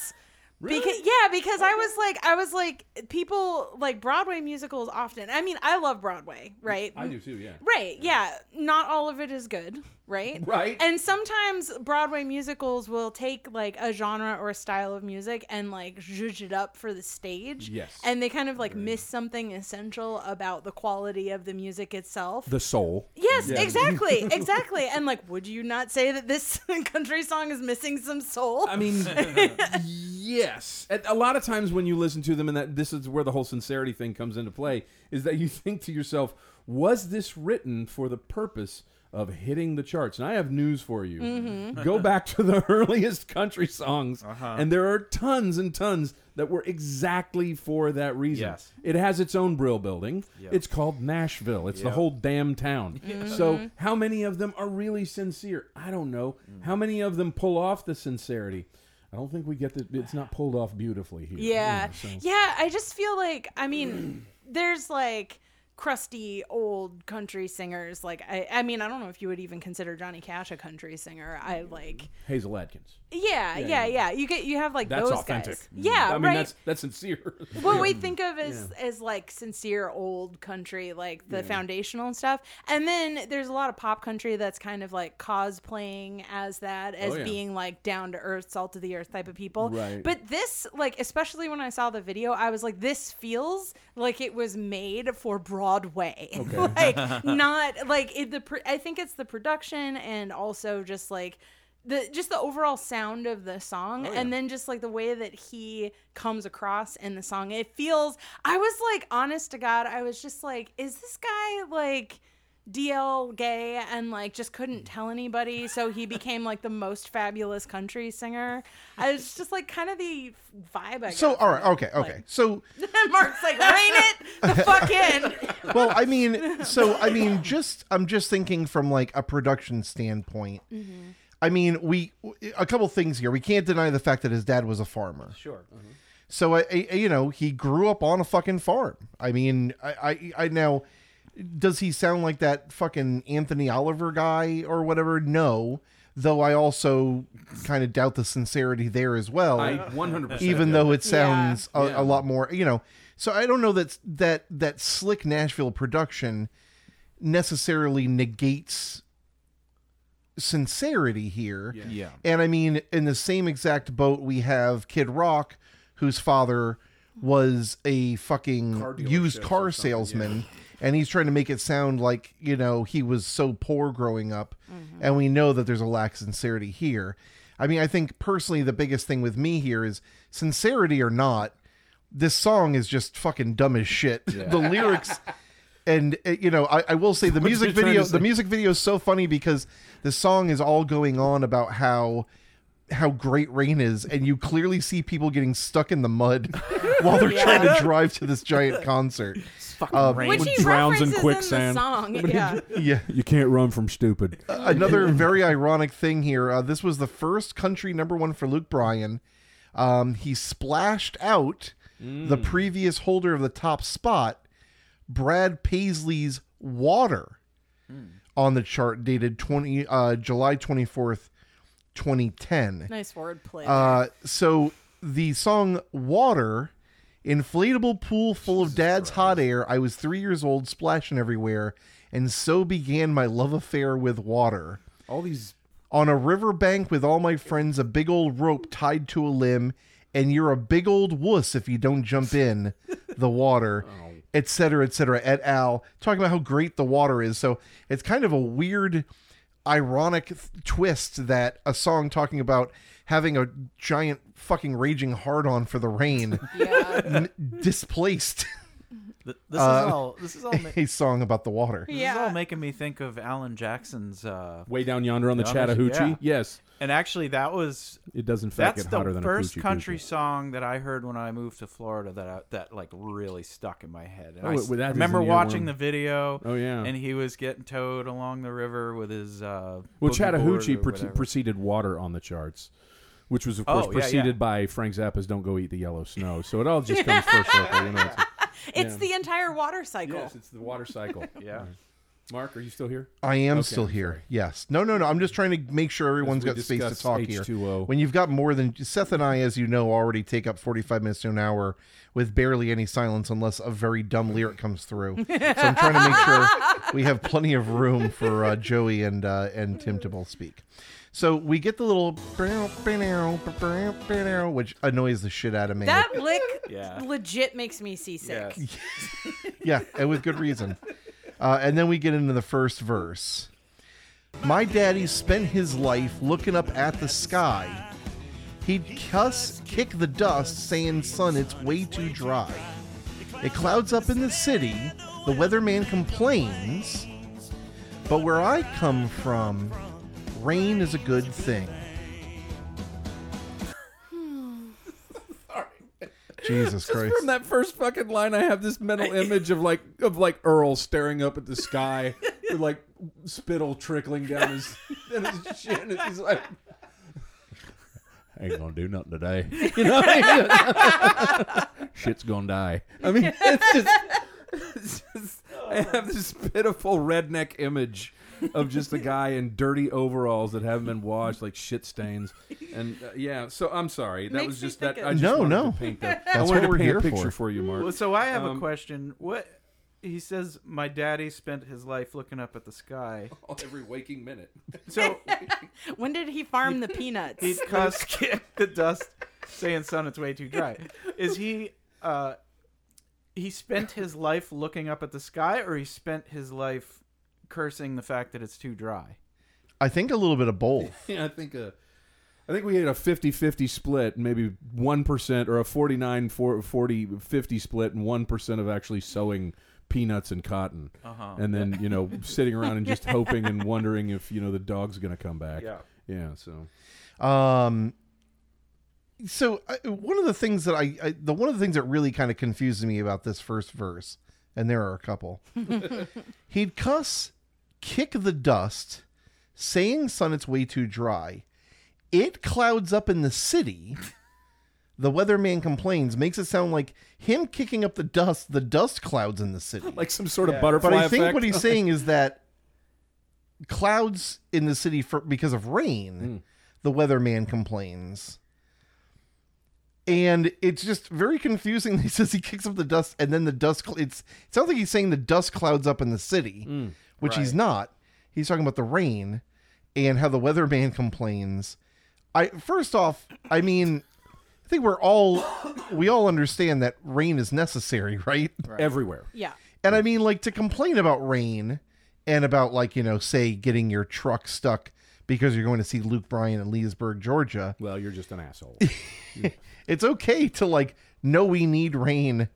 [SPEAKER 3] Because yeah, because I was like, I was like, people like Broadway musicals often. I mean, I love Broadway, right?
[SPEAKER 2] I do too. Yeah.
[SPEAKER 3] Right, yeah. Not all of it is good, right?
[SPEAKER 2] Right.
[SPEAKER 3] And sometimes Broadway musicals will take like a genre or a style of music and like zhuzh it up for the stage.
[SPEAKER 2] Yes.
[SPEAKER 3] And they kind of like miss something essential about the quality of the music itself.
[SPEAKER 2] The soul.
[SPEAKER 3] yes,
[SPEAKER 2] Yeah.
[SPEAKER 3] exactly. Exactly. and like, would you not say that this country song is missing some soul?
[SPEAKER 2] I mean, yes. And a lot of times when you listen to them, and that this is where the whole sincerity thing comes into play, is that you think to yourself, was this written for the purpose of hitting the charts? And I have news for you. Go back to the earliest country songs, and there are tons and tons that were exactly for that reason.
[SPEAKER 4] Yes.
[SPEAKER 2] It has its own Brill building.
[SPEAKER 4] Yep.
[SPEAKER 2] It's called Nashville. It's the
[SPEAKER 4] Yep.
[SPEAKER 2] whole damn town.
[SPEAKER 3] Mm-hmm.
[SPEAKER 2] So, how many of them are really sincere? I don't know.
[SPEAKER 4] Mm.
[SPEAKER 2] How many of them pull off the sincerity? I don't think we get the. It's not pulled off beautifully here. Mm.
[SPEAKER 3] Yeah.
[SPEAKER 2] You know, so-
[SPEAKER 3] Yeah, I just feel like I mean, there's like crusty old country singers like I I mean, I don't know if you would even consider Johnny Cash a country singer. I like
[SPEAKER 2] Hazel Atkins.
[SPEAKER 3] Yeah, yeah,
[SPEAKER 2] yeah.
[SPEAKER 3] yeah. You get you have like
[SPEAKER 2] That's
[SPEAKER 3] those
[SPEAKER 2] authentic. Mm.
[SPEAKER 3] guys. Yeah,
[SPEAKER 2] I mean,
[SPEAKER 3] right.
[SPEAKER 2] that's that's sincere.
[SPEAKER 3] what we think of as as like sincere old country, like the foundational and stuff. And then there's a lot of pop country that's kind of like cosplaying as that, as
[SPEAKER 2] Oh, yeah.
[SPEAKER 3] being like down to earth, salt of the earth type of people.
[SPEAKER 2] Right.
[SPEAKER 3] But this, like, especially when I saw the video, I was like, this feels like it was made for Broadway. like not like it, the. Pr- I think it's the production and also just like. The, just the overall sound of the song and then just like the way that he comes across in the song it feels i was like honest to god i was just like is this guy like DL gay and like just couldn't tell anybody, so he became like the most fabulous country singer. I was just like kind of the vibe. I
[SPEAKER 1] So
[SPEAKER 3] got
[SPEAKER 1] all
[SPEAKER 3] from
[SPEAKER 1] right,
[SPEAKER 3] it.
[SPEAKER 1] okay, okay. So
[SPEAKER 3] Like, Mark's like, rein it the fuck in.
[SPEAKER 1] well, I mean, so I mean, just I'm just thinking from like a production standpoint. I mean, we a couple things here. We can't deny the fact that his dad was a farmer.
[SPEAKER 4] Sure.
[SPEAKER 1] So I, I, you know, he grew up on a fucking farm. I mean, I, I, I now, does he sound like that fucking Anthony Oliver guy or whatever? No, though I also kind of doubt the sincerity there as well.
[SPEAKER 2] I 100%
[SPEAKER 1] even though it sounds a,
[SPEAKER 2] Yeah.
[SPEAKER 1] a lot more, you know. So I don't know that that that slick Nashville production necessarily negates sincerity here.
[SPEAKER 2] Yeah.
[SPEAKER 4] Yeah.
[SPEAKER 1] And I mean, in the same exact boat, we have Kid Rock, whose father was a fucking
[SPEAKER 2] Car dealership
[SPEAKER 1] used car
[SPEAKER 2] or something,
[SPEAKER 1] salesman. And he's trying to make it sound like, you know, he was so poor growing up. And we know that there's a lack of sincerity here. I mean, I think personally, the biggest thing with me here is sincerity or not, this song is just fucking dumb as shit. the lyrics. And uh, you know, I, I will say the music
[SPEAKER 2] you trying
[SPEAKER 1] video.
[SPEAKER 2] to
[SPEAKER 1] The
[SPEAKER 2] say?
[SPEAKER 1] music video is so funny because the song is all going on about how how great rain is, and you clearly see people getting stuck in the mud while they're
[SPEAKER 3] Yeah.
[SPEAKER 1] trying to drive to this giant concert.
[SPEAKER 4] fucking rain.
[SPEAKER 3] Which
[SPEAKER 2] Would
[SPEAKER 3] he
[SPEAKER 2] drowns in
[SPEAKER 3] references in,
[SPEAKER 2] quicksand.
[SPEAKER 3] the song. Yeah.
[SPEAKER 1] Yeah.
[SPEAKER 2] You can't run from stupid.
[SPEAKER 1] another very ironic thing here. Uh, this was the first country number one for Luke Bryan. Um, he splashed out the previous holder of the top spot, Brad Paisley's "Water," on the chart dated twenty uh, July twenty fourth, twenty ten.
[SPEAKER 3] Nice wordplay.
[SPEAKER 1] Uh, so the song "Water," inflatable pool full of dad's hot air. I was three years old, splashing everywhere, and so began my love affair with water.
[SPEAKER 2] All these
[SPEAKER 1] On a riverbank with all my friends, a big old rope tied to a limb, and you're a big old wuss if you don't jump in the water, etc., etc. Et al. Talking about how great the water is. So it's kind of a weird, ironic th- twist that a song talking about having a giant fucking raging hard on for the rain
[SPEAKER 3] yeah.
[SPEAKER 1] n- displaced
[SPEAKER 4] Th- this is all. This is all. Ma-
[SPEAKER 1] a song about the water.
[SPEAKER 4] This is all
[SPEAKER 3] Yeah.
[SPEAKER 4] making me think of Alan Jackson's. Uh,
[SPEAKER 2] way down yonder on the
[SPEAKER 4] Yeah.
[SPEAKER 2] Chattahoochee.
[SPEAKER 4] Yeah.
[SPEAKER 2] Yes,
[SPEAKER 4] and actually, that was
[SPEAKER 2] it does in fact
[SPEAKER 4] that's
[SPEAKER 2] get hotter
[SPEAKER 4] the
[SPEAKER 2] than
[SPEAKER 4] first
[SPEAKER 2] a Coochie
[SPEAKER 4] country
[SPEAKER 2] Coochie.
[SPEAKER 4] song that I heard when I moved to Florida that I, that like really stuck in my head. And
[SPEAKER 2] Oh,
[SPEAKER 4] I s-
[SPEAKER 2] well, that is
[SPEAKER 4] remember
[SPEAKER 2] an
[SPEAKER 4] watching
[SPEAKER 2] earworm.
[SPEAKER 4] the video.
[SPEAKER 2] Oh, yeah.
[SPEAKER 4] and he was getting towed along the river with his. Uh,
[SPEAKER 2] Well,
[SPEAKER 4] boogie board
[SPEAKER 2] Chattahoochee
[SPEAKER 4] or
[SPEAKER 2] pre-
[SPEAKER 4] whatever.
[SPEAKER 2] preceded water on the charts, which was of
[SPEAKER 4] Oh,
[SPEAKER 2] course
[SPEAKER 4] yeah, yeah.
[SPEAKER 2] preceded by Frank Zappa's "Don't Go Eat the Yellow Snow." So it all just comes full circle. You know, it's,
[SPEAKER 3] It's
[SPEAKER 2] Yeah.
[SPEAKER 3] the entire water cycle.
[SPEAKER 2] yes, it's the water cycle.
[SPEAKER 4] yeah.
[SPEAKER 2] Mark, are you still here?
[SPEAKER 1] I am
[SPEAKER 2] Okay,
[SPEAKER 1] still
[SPEAKER 2] I'm
[SPEAKER 1] here.
[SPEAKER 2] sorry.
[SPEAKER 1] Yes. No, no, no. I'm just trying to make sure everyone's
[SPEAKER 2] we
[SPEAKER 1] got space to
[SPEAKER 2] discuss
[SPEAKER 1] talk here.
[SPEAKER 2] H2O.
[SPEAKER 1] When you've got more than Seth and I, as you know, already take up 45 minutes to an hour with barely any silence unless a very dumb lyric comes through. so I'm trying to make sure we have plenty of room for uh, Joey and uh, and Tim to both speak. So we get the little which annoys the shit out of me.
[SPEAKER 3] That lick
[SPEAKER 4] Yeah.
[SPEAKER 3] legit makes me seasick.
[SPEAKER 4] Yes.
[SPEAKER 1] yeah, and with good reason. Uh, and then we get into the first verse. My daddy spent his life looking up at the sky. He'd cuss, kick the dust, saying, Son, it's way too dry. It clouds up in the city. The weatherman complains. But where I come from, rain is a good thing. Jesus Christ.
[SPEAKER 2] From that first fucking line, I have this mental image of like of like Earl staring up at the sky with like spittle trickling down his, down his chin, and he's like, "Ain't gonna do nothing today." You know, what I mean? shit's gonna die. I mean, it's just, it's just I have this pitiful redneck image of just a guy in dirty overalls that haven't been washed, like shit stains, and uh, yeah. So I'm sorry, that
[SPEAKER 3] Makes
[SPEAKER 2] was
[SPEAKER 3] me
[SPEAKER 2] just that.
[SPEAKER 3] think of-
[SPEAKER 2] I just
[SPEAKER 1] No,
[SPEAKER 2] wanted
[SPEAKER 1] no.
[SPEAKER 2] to paint that. I
[SPEAKER 1] That's
[SPEAKER 2] wanted
[SPEAKER 1] what
[SPEAKER 2] to
[SPEAKER 1] we're
[SPEAKER 2] paint
[SPEAKER 1] here
[SPEAKER 2] a
[SPEAKER 1] for.
[SPEAKER 2] picture for you, Mark.
[SPEAKER 4] Well, so I have
[SPEAKER 2] Um,
[SPEAKER 4] a question. What he says, my daddy spent his life looking up at the sky.
[SPEAKER 2] every waking minute.
[SPEAKER 4] So
[SPEAKER 3] When did he farm the peanuts?
[SPEAKER 4] he'd cuss, kick the dust, saying, "Son, it's way too dry." Is he? uh He spent his life looking up at the sky, or he spent his life cursing the fact that it's too dry.
[SPEAKER 1] I think a little bit of both.
[SPEAKER 2] Yeah, I think uh, I think we had a 50-50 split, maybe 1% or a 49 for- 40 50 split and 1% of actually sowing peanuts and cotton.
[SPEAKER 4] Uh-huh.
[SPEAKER 2] And then, you know, sitting around and just hoping and wondering if, you know, the dog's going to come back.
[SPEAKER 4] Yeah.
[SPEAKER 2] Yeah, so
[SPEAKER 1] Um, so I, one of the things that I, I the one of the things that really kind of confuses me about this first verse, and there are a couple. He'd cuss, kick the dust, saying, "Son, it's way too dry." It clouds up in the city. The weatherman complains, makes it sound like him kicking up the dust. The dust clouds in the city.
[SPEAKER 2] like some sort
[SPEAKER 4] Yeah.
[SPEAKER 2] of butterfly
[SPEAKER 1] But I think
[SPEAKER 2] effect.
[SPEAKER 1] what he's saying is that clouds in the city for because of
[SPEAKER 2] Hmm.
[SPEAKER 1] rain, the weatherman complains. And it's just very confusing. He says he kicks up the dust, and then the dust. Cl- it's it sounds like he's saying the dust clouds up in the city,
[SPEAKER 2] Hmm.
[SPEAKER 1] which he's
[SPEAKER 4] Right.
[SPEAKER 1] not. He's talking about the rain and how the weatherman complains. I first off, I mean, I think we're all we all understand that rain is necessary, right?
[SPEAKER 2] everywhere.
[SPEAKER 3] yeah.
[SPEAKER 1] And I mean, like, to complain about rain and about, like, you know, say getting your truck stuck because you're going to see Luke Bryan in Leesburg, Georgia,
[SPEAKER 2] Well, you're just an asshole.
[SPEAKER 1] it's okay to, like, know we need rain.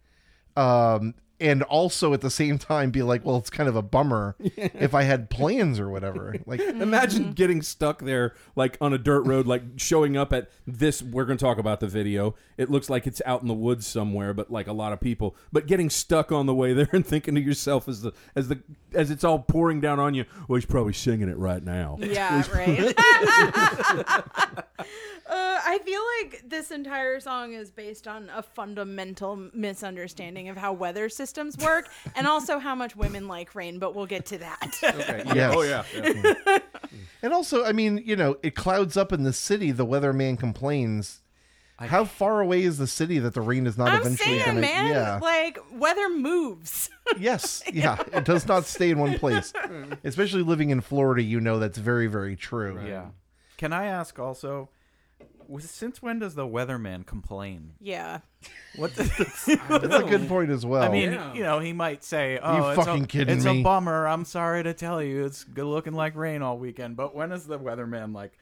[SPEAKER 1] Um, and also at the same time be like, well, it's kind of a bummer if I had plans or whatever. Like,
[SPEAKER 2] Imagine getting stuck there, like on a dirt road, like showing up at this. We're going to talk about the video. It looks like it's out in the woods somewhere, but like a lot of people. But getting stuck on the way there and thinking to yourself as the as the as it's all pouring down on you. Well, he's probably singing it right now.
[SPEAKER 3] Yeah, right. uh, I feel like this entire song is based on a fundamental misunderstanding of how weather systems work and also how much women like rain, but we'll get to that.
[SPEAKER 2] Okay.
[SPEAKER 1] Yes.
[SPEAKER 2] Oh yeah.
[SPEAKER 1] and also, I mean, you know, it clouds up in the city. The weatherman complains. How far away is the city that the rain is not
[SPEAKER 3] I'm
[SPEAKER 1] eventually
[SPEAKER 3] saying,
[SPEAKER 1] going to?
[SPEAKER 3] man,
[SPEAKER 1] Yeah.
[SPEAKER 3] like weather moves.
[SPEAKER 1] Yes, yeah, it does not stay in one place. Especially living in Florida, you know that's very, very true.
[SPEAKER 4] Yeah. Can I ask also? was- Since when does the weatherman complain?
[SPEAKER 3] yeah.
[SPEAKER 4] What the,
[SPEAKER 1] that's a good point as well.
[SPEAKER 4] I mean,
[SPEAKER 2] Yeah.
[SPEAKER 4] you know, he might say, "Oh, it's
[SPEAKER 1] fucking
[SPEAKER 4] a,
[SPEAKER 1] kidding
[SPEAKER 4] It's
[SPEAKER 1] me?"
[SPEAKER 4] a bummer. I'm sorry to tell you, it's good looking like rain all weekend." But when is the weatherman like?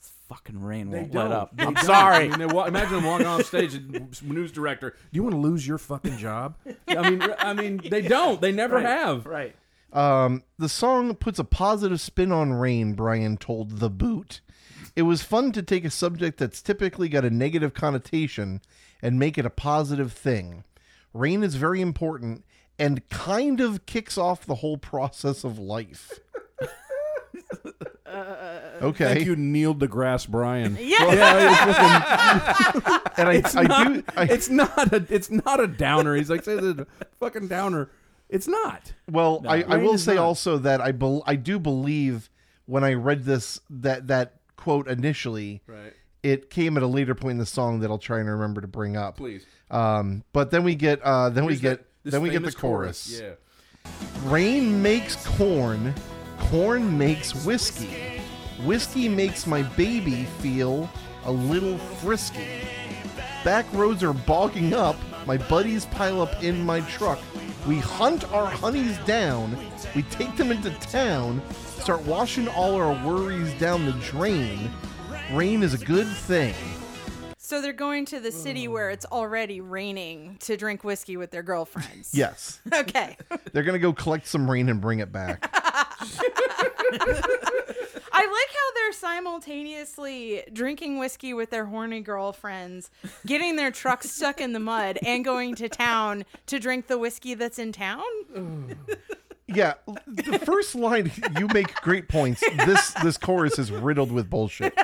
[SPEAKER 4] This fucking rain
[SPEAKER 2] They
[SPEAKER 4] won't
[SPEAKER 2] don't.
[SPEAKER 4] let up.
[SPEAKER 2] They
[SPEAKER 4] I'm
[SPEAKER 2] don't.
[SPEAKER 4] sorry.
[SPEAKER 2] I mean, they wa- imagine them walking off stage and news director. Do you want to lose your fucking job? I mean, I mean, they don't. They never have.
[SPEAKER 4] Right.
[SPEAKER 1] um, the song puts a positive spin on rain. Brian told the boot, "It was fun to take a subject that's typically got a negative connotation and make it a positive thing. Rain is very important and kind of kicks off the whole process of life." okay,
[SPEAKER 2] Thank you, Neil deGrasse Bryan.
[SPEAKER 3] Yeah.
[SPEAKER 1] and I,
[SPEAKER 2] It's
[SPEAKER 1] I
[SPEAKER 2] not,
[SPEAKER 1] do. I,
[SPEAKER 2] it's not a it's not a downer. He's like say the fucking downer. It's not.
[SPEAKER 1] Well, I, I
[SPEAKER 2] Rain
[SPEAKER 1] will
[SPEAKER 2] is
[SPEAKER 1] say
[SPEAKER 2] not.
[SPEAKER 1] also that I bel I do believe when I read this that that quote initially
[SPEAKER 2] Right.
[SPEAKER 1] it came at a later point in the song that I'll try and remember to bring up.
[SPEAKER 2] Please.
[SPEAKER 1] Um, but then we get uh, then we get then we get the chorus. Rain makes corn, corn makes whiskey, whiskey makes my baby feel a little frisky. Back roads are bogging up, my buddies pile up in my truck. We hunt our honeys down, we take them into town, start washing all our worries down the drain. Rain is a good thing.
[SPEAKER 3] So they're going to the city where it's already raining to drink whiskey with their girlfriends.
[SPEAKER 1] Yes,
[SPEAKER 3] Okay.
[SPEAKER 1] they're gonna go collect some rain and bring it back.
[SPEAKER 3] I I like how they're simultaneously drinking whiskey with their horny girlfriends, getting their truck stuck in the mud, and going to town to drink the whiskey that's in town.
[SPEAKER 1] Yeah, l- the first line you make great points. This this chorus is riddled with bullshit.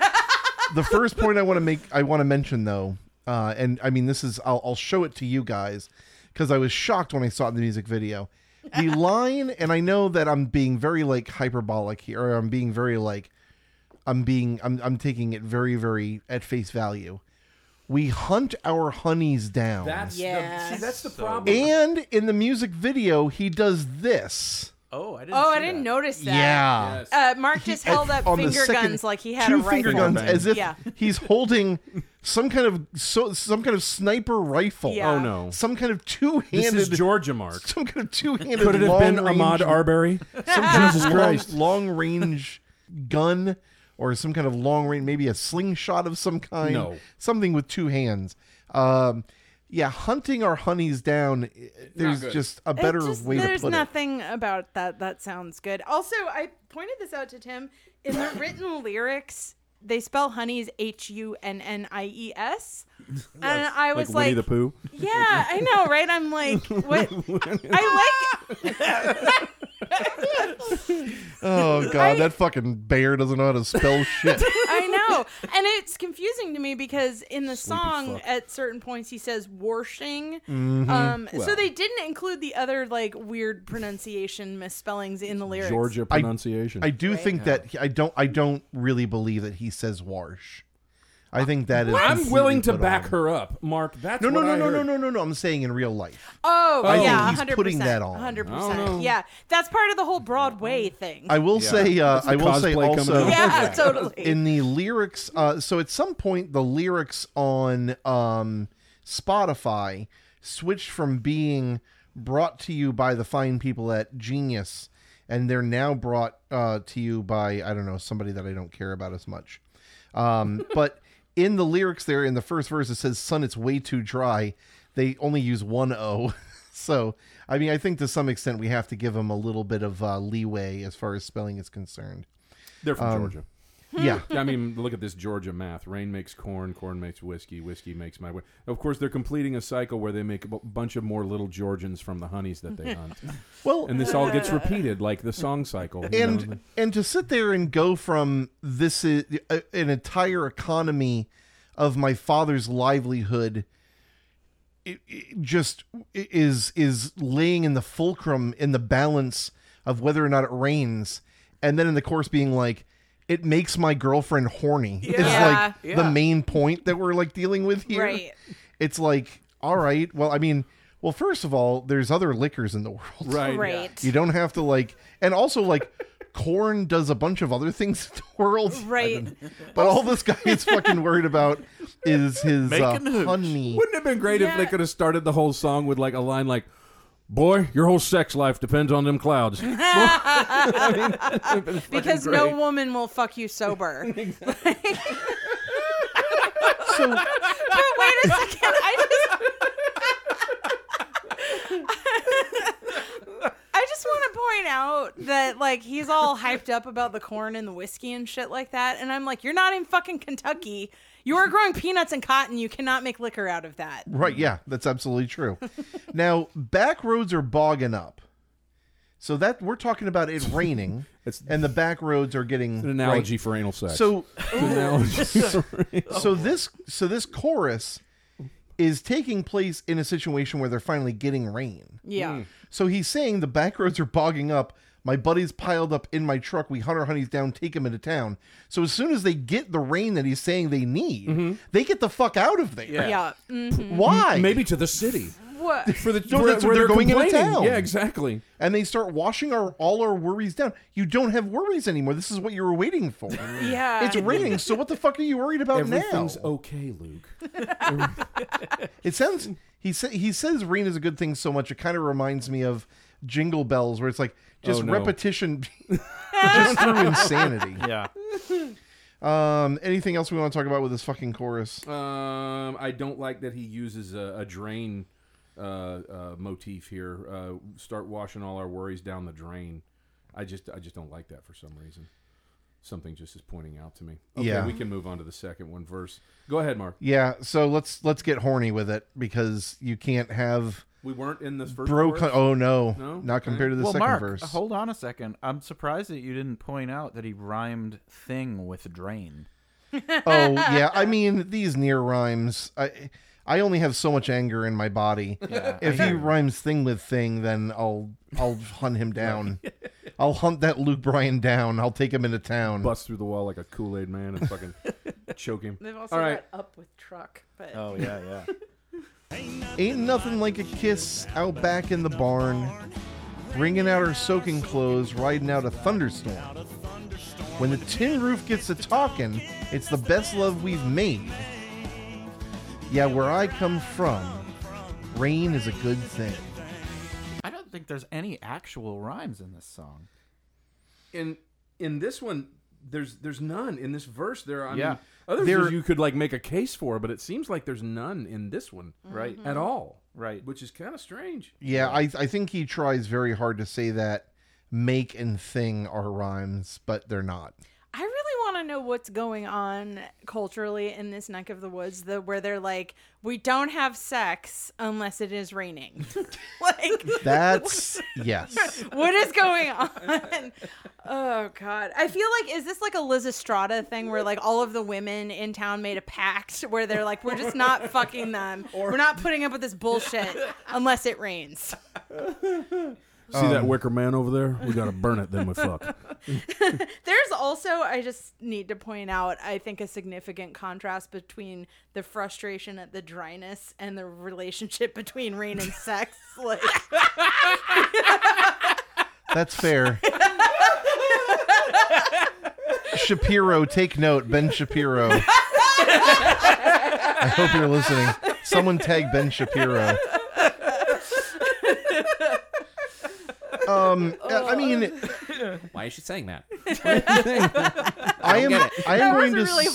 [SPEAKER 1] The first point I want to make, I want to mention though, uh, and I mean this is, I'll, I'll show it to you guys because I was shocked when I saw it in the music video. The line, and I know that I'm being very like hyperbolic here. Or I'm being very like, I'm being, I'm, I'm taking it very, very at face value. We hunt our honeys down.
[SPEAKER 2] That's the,
[SPEAKER 3] Yes.
[SPEAKER 2] see, that's the
[SPEAKER 4] So-
[SPEAKER 2] problem.
[SPEAKER 1] and in the music video, he does this.
[SPEAKER 4] Oh, I didn't.
[SPEAKER 3] Oh,
[SPEAKER 4] see
[SPEAKER 3] I didn't
[SPEAKER 4] that.
[SPEAKER 3] notice that.
[SPEAKER 1] Yeah.
[SPEAKER 2] Yes.
[SPEAKER 3] Uh, Mark just
[SPEAKER 1] At-
[SPEAKER 3] held up
[SPEAKER 1] on the
[SPEAKER 3] finger
[SPEAKER 1] second-
[SPEAKER 3] guns like he had
[SPEAKER 1] two
[SPEAKER 3] a rifle.
[SPEAKER 1] finger guns
[SPEAKER 2] Bang.
[SPEAKER 1] as if
[SPEAKER 3] Yeah.
[SPEAKER 1] he's holding some kind of so, some kind of sniper rifle.
[SPEAKER 3] Yeah.
[SPEAKER 2] oh no,
[SPEAKER 1] Some kind of two-handed
[SPEAKER 2] this is Georgia Mark.
[SPEAKER 1] some kind of two-handed
[SPEAKER 2] Could it have been
[SPEAKER 1] long-range-
[SPEAKER 2] Ahmad Arbery? Jesus
[SPEAKER 1] long-
[SPEAKER 2] Christ!
[SPEAKER 1] long-range gun or some kind of long range maybe a slingshot of some kind.
[SPEAKER 2] No.
[SPEAKER 1] Something with two hands. Um yeah, hunting our honeys down. i- There's
[SPEAKER 2] good.
[SPEAKER 1] just a
[SPEAKER 3] It
[SPEAKER 1] better
[SPEAKER 3] just-
[SPEAKER 1] way to
[SPEAKER 3] there's
[SPEAKER 1] put it.
[SPEAKER 3] nothing about that that sounds good. Also, I pointed this out to Tim in the written lyrics. They spell honeys H U N N I E S, and I was
[SPEAKER 2] Winnie
[SPEAKER 3] like,
[SPEAKER 2] the Pooh.
[SPEAKER 3] "Yeah, I know, right?" I'm like, "What?" I like.
[SPEAKER 1] Oh god, that fucking bear doesn't know how to spell shit.
[SPEAKER 3] I know, and it's confusing to me because in the song,
[SPEAKER 2] fuck.
[SPEAKER 3] at certain points, he says "warshing."
[SPEAKER 1] Mm-hmm.
[SPEAKER 3] Um, so
[SPEAKER 2] Well.
[SPEAKER 3] they didn't include the other like weird pronunciation misspellings in the lyrics.
[SPEAKER 2] Georgia
[SPEAKER 1] I-
[SPEAKER 2] pronunciation.
[SPEAKER 1] I do think that he- I don't. I don't really believe that he says "warsh." I think that is.
[SPEAKER 2] I'm
[SPEAKER 1] completely
[SPEAKER 2] willing to
[SPEAKER 1] put
[SPEAKER 2] back
[SPEAKER 1] on.
[SPEAKER 2] her up, Mark. That's
[SPEAKER 1] No, no,
[SPEAKER 2] what
[SPEAKER 1] no,
[SPEAKER 2] I
[SPEAKER 1] no, no,
[SPEAKER 2] heard.
[SPEAKER 1] no, no, no. I'm saying in real life.
[SPEAKER 3] Oh,
[SPEAKER 2] I
[SPEAKER 3] yeah,
[SPEAKER 1] think he's
[SPEAKER 3] 100%,
[SPEAKER 1] putting that on.
[SPEAKER 2] I don't know.
[SPEAKER 3] 100%. Yeah, that's part of the whole Broadway thing.
[SPEAKER 1] I will say. Uh, I
[SPEAKER 2] the
[SPEAKER 1] will say
[SPEAKER 2] cosplay coming
[SPEAKER 1] also.
[SPEAKER 2] out.
[SPEAKER 3] yeah, totally.
[SPEAKER 1] in the lyrics uh, so at some point the lyrics on um, spotify switched from being brought to you by the fine people at genius and they're now brought uh, to you by i don't know somebody that i don't care about as much um, but in the lyrics there in the first verse it says sun it's way too dry they only use one o so i mean i think to some extent we have to give them a little bit of uh, leeway as far as spelling is concerned
[SPEAKER 2] They're from
[SPEAKER 1] Um,
[SPEAKER 2] Georgia.
[SPEAKER 1] yeah
[SPEAKER 2] I mean, look at this Georgia math. Rain makes corn, corn makes whiskey, whiskey makes my way. Of course, they're completing a cycle where they make a bu- bunch of more little Georgians from the honeys that they hunt.
[SPEAKER 1] well
[SPEAKER 2] and this all gets repeated like the song cycle. you know,
[SPEAKER 1] and and to sit there and go from this is a, an entire economy of my father's livelihood it, it just is is laying in the fulcrum in the balance of whether or not it rains and then in the course being like it makes my girlfriend horny It's
[SPEAKER 3] Yeah.
[SPEAKER 1] like the main point that we're like dealing with here
[SPEAKER 3] Right.
[SPEAKER 1] it's like all right well i mean well first of all there's other liquors in the world
[SPEAKER 2] right.
[SPEAKER 3] right.
[SPEAKER 1] you don't have to like, and also like, corn does a bunch of other things in the world,
[SPEAKER 3] Right.
[SPEAKER 1] But all this guy is fucking worried about is his uh,
[SPEAKER 4] Making hooch.
[SPEAKER 1] honey.
[SPEAKER 2] Wouldn't it have been great if they
[SPEAKER 3] Yeah.
[SPEAKER 2] could have started the whole song with like a line like, "Boy, your whole sex life depends on them clouds."
[SPEAKER 3] Because no woman will fuck you sober.
[SPEAKER 1] So
[SPEAKER 3] but wait a second. I just. I just want to point out that like he's all hyped up about the corn and the whiskey and shit like that, and I'm like, you're not in fucking Kentucky. You are growing peanuts and cotton. You cannot make liquor out of that.
[SPEAKER 1] right, yeah, that's absolutely true. now back roads are bogging up, so that we're talking about it raining,
[SPEAKER 2] It's-
[SPEAKER 1] and the back roads are getting
[SPEAKER 2] An analogy for anal sex.
[SPEAKER 1] So
[SPEAKER 2] It's an analogy for
[SPEAKER 1] so this so this chorus is taking place in a situation where they're finally getting rain.
[SPEAKER 3] Yeah.
[SPEAKER 1] So he's saying the back roads are bogging up. My buddies piled up in my truck. We hunt our honeys down, take them into town. So as soon as they get the rain that he's saying they need,
[SPEAKER 2] Mm-hmm.
[SPEAKER 1] they get the fuck out of there.
[SPEAKER 4] Yeah.
[SPEAKER 3] Yeah. Mm.
[SPEAKER 1] Why?
[SPEAKER 2] maybe to the city.
[SPEAKER 3] What?
[SPEAKER 2] for the
[SPEAKER 1] No, that's where they're going into
[SPEAKER 2] complaining.
[SPEAKER 1] town.
[SPEAKER 2] Yeah, exactly.
[SPEAKER 1] And they start washing our all our worries down. You don't have worries anymore. This is what you were waiting for.
[SPEAKER 3] Yeah.
[SPEAKER 1] It's raining, so what the fuck are you worried about now?
[SPEAKER 2] Everything's okay, Luke.
[SPEAKER 1] It sounds he sa- he says rain is a good thing so much it kind of reminds me of Jingle Bells where it's like just
[SPEAKER 2] Oh, no.
[SPEAKER 1] repetition just through insanity.
[SPEAKER 4] Yeah.
[SPEAKER 1] Um, anything else we want to talk about with this fucking chorus?
[SPEAKER 2] Um, I don't like that he uses a, a drain uh, uh, motif here. Uh, start washing all our worries down the drain. I just, I just don't like that for some reason. something just is pointing out to me. Okay,
[SPEAKER 1] Yeah.
[SPEAKER 2] we can move on to the second one verse. Go ahead, Mark.
[SPEAKER 1] Yeah, so let's let's get horny with it because you can't have
[SPEAKER 2] We weren't in the first
[SPEAKER 1] bro.
[SPEAKER 2] verse.
[SPEAKER 1] Con- oh no,
[SPEAKER 2] No?
[SPEAKER 1] not compared to the
[SPEAKER 4] well,
[SPEAKER 1] second
[SPEAKER 4] Mark,
[SPEAKER 1] verse.
[SPEAKER 4] hold on a second. I'm surprised that you didn't point out that he rhymed thing with drain.
[SPEAKER 1] oh yeah, I mean these near rhymes. I I only have so much anger in my body.
[SPEAKER 4] Yeah,
[SPEAKER 1] If
[SPEAKER 4] I
[SPEAKER 1] he
[SPEAKER 4] hear-
[SPEAKER 1] rhymes thing with thing, then I'll I'll hunt him down. I'll hunt that Luke Bryan down. I'll take him into town.
[SPEAKER 2] bust through the wall like a Kool Aid man and fucking choke him.
[SPEAKER 3] They've also
[SPEAKER 2] All right.
[SPEAKER 3] got up with truck, but
[SPEAKER 4] Oh yeah, yeah.
[SPEAKER 1] Ain't nothing like a kiss out back in the barn, wringing out her soaking clothes, riding out a thunderstorm. When the tin roof gets to talking, it's the best love we've made. Yeah, where I come from, rain is a good thing.
[SPEAKER 4] I don't think there's any actual rhymes in this song.
[SPEAKER 2] in in this one there's there's none in this verse there I
[SPEAKER 4] Yeah.
[SPEAKER 2] mean, others
[SPEAKER 1] There-
[SPEAKER 2] you could like make a case for but it seems like there's none in this one
[SPEAKER 4] Right.
[SPEAKER 2] at all
[SPEAKER 4] Right.
[SPEAKER 2] which is kind of strange
[SPEAKER 1] Yeah, I, I think he tries very hard to say that make and thing are rhymes, but they're not.
[SPEAKER 3] I really want to know what's going on culturally in this neck of the woods, the where they're like, we don't have sex unless it is raining. like,
[SPEAKER 1] That's yes.
[SPEAKER 3] what is going on? Oh God, I feel like is this like a Liz Estrada thing where like all of the women in town made a pact where they're like, we're just not fucking them, we're not putting up with this bullshit unless it rains.
[SPEAKER 2] see that wicker man over there we gotta burn it then we fuck
[SPEAKER 3] There's also, I just need to point out, I think a significant contrast between the frustration at the dryness and the relationship between rain and sex. Like,
[SPEAKER 1] That's fair. Shapiro, take note, Ben Shapiro. I hope you're listening. Someone tag Ben Shapiro. Um,
[SPEAKER 3] Oh.
[SPEAKER 1] I mean,
[SPEAKER 5] Why is she saying that?
[SPEAKER 1] I am.
[SPEAKER 5] get
[SPEAKER 1] I am
[SPEAKER 3] that was
[SPEAKER 1] going
[SPEAKER 3] a
[SPEAKER 1] to.
[SPEAKER 3] really
[SPEAKER 1] s-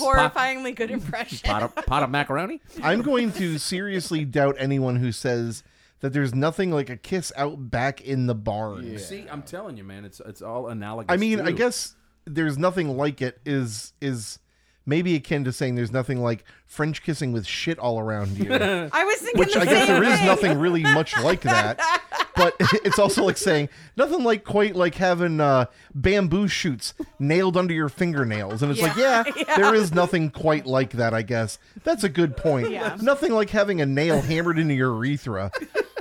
[SPEAKER 3] horrifyingly good impression.
[SPEAKER 5] Pot of, pot of macaroni?
[SPEAKER 1] I'm going to seriously doubt anyone who says that there's nothing like a kiss out back in the barn.
[SPEAKER 2] see i'm telling you man it's it's all analogous
[SPEAKER 1] I mean, I
[SPEAKER 2] too.
[SPEAKER 1] guess there's nothing like it is is maybe akin to saying there's nothing like French kissing with shit all around you. Which
[SPEAKER 3] I was thinking the
[SPEAKER 1] I
[SPEAKER 3] same
[SPEAKER 1] guess there
[SPEAKER 3] thing.
[SPEAKER 1] is nothing really much like that. But it's also like saying nothing like quite like having uh, bamboo shoots nailed under your fingernails, and it's like yeah, there is nothing quite like that. I guess that's a good point.
[SPEAKER 3] Yeah.
[SPEAKER 1] Nothing like having a nail hammered into your urethra.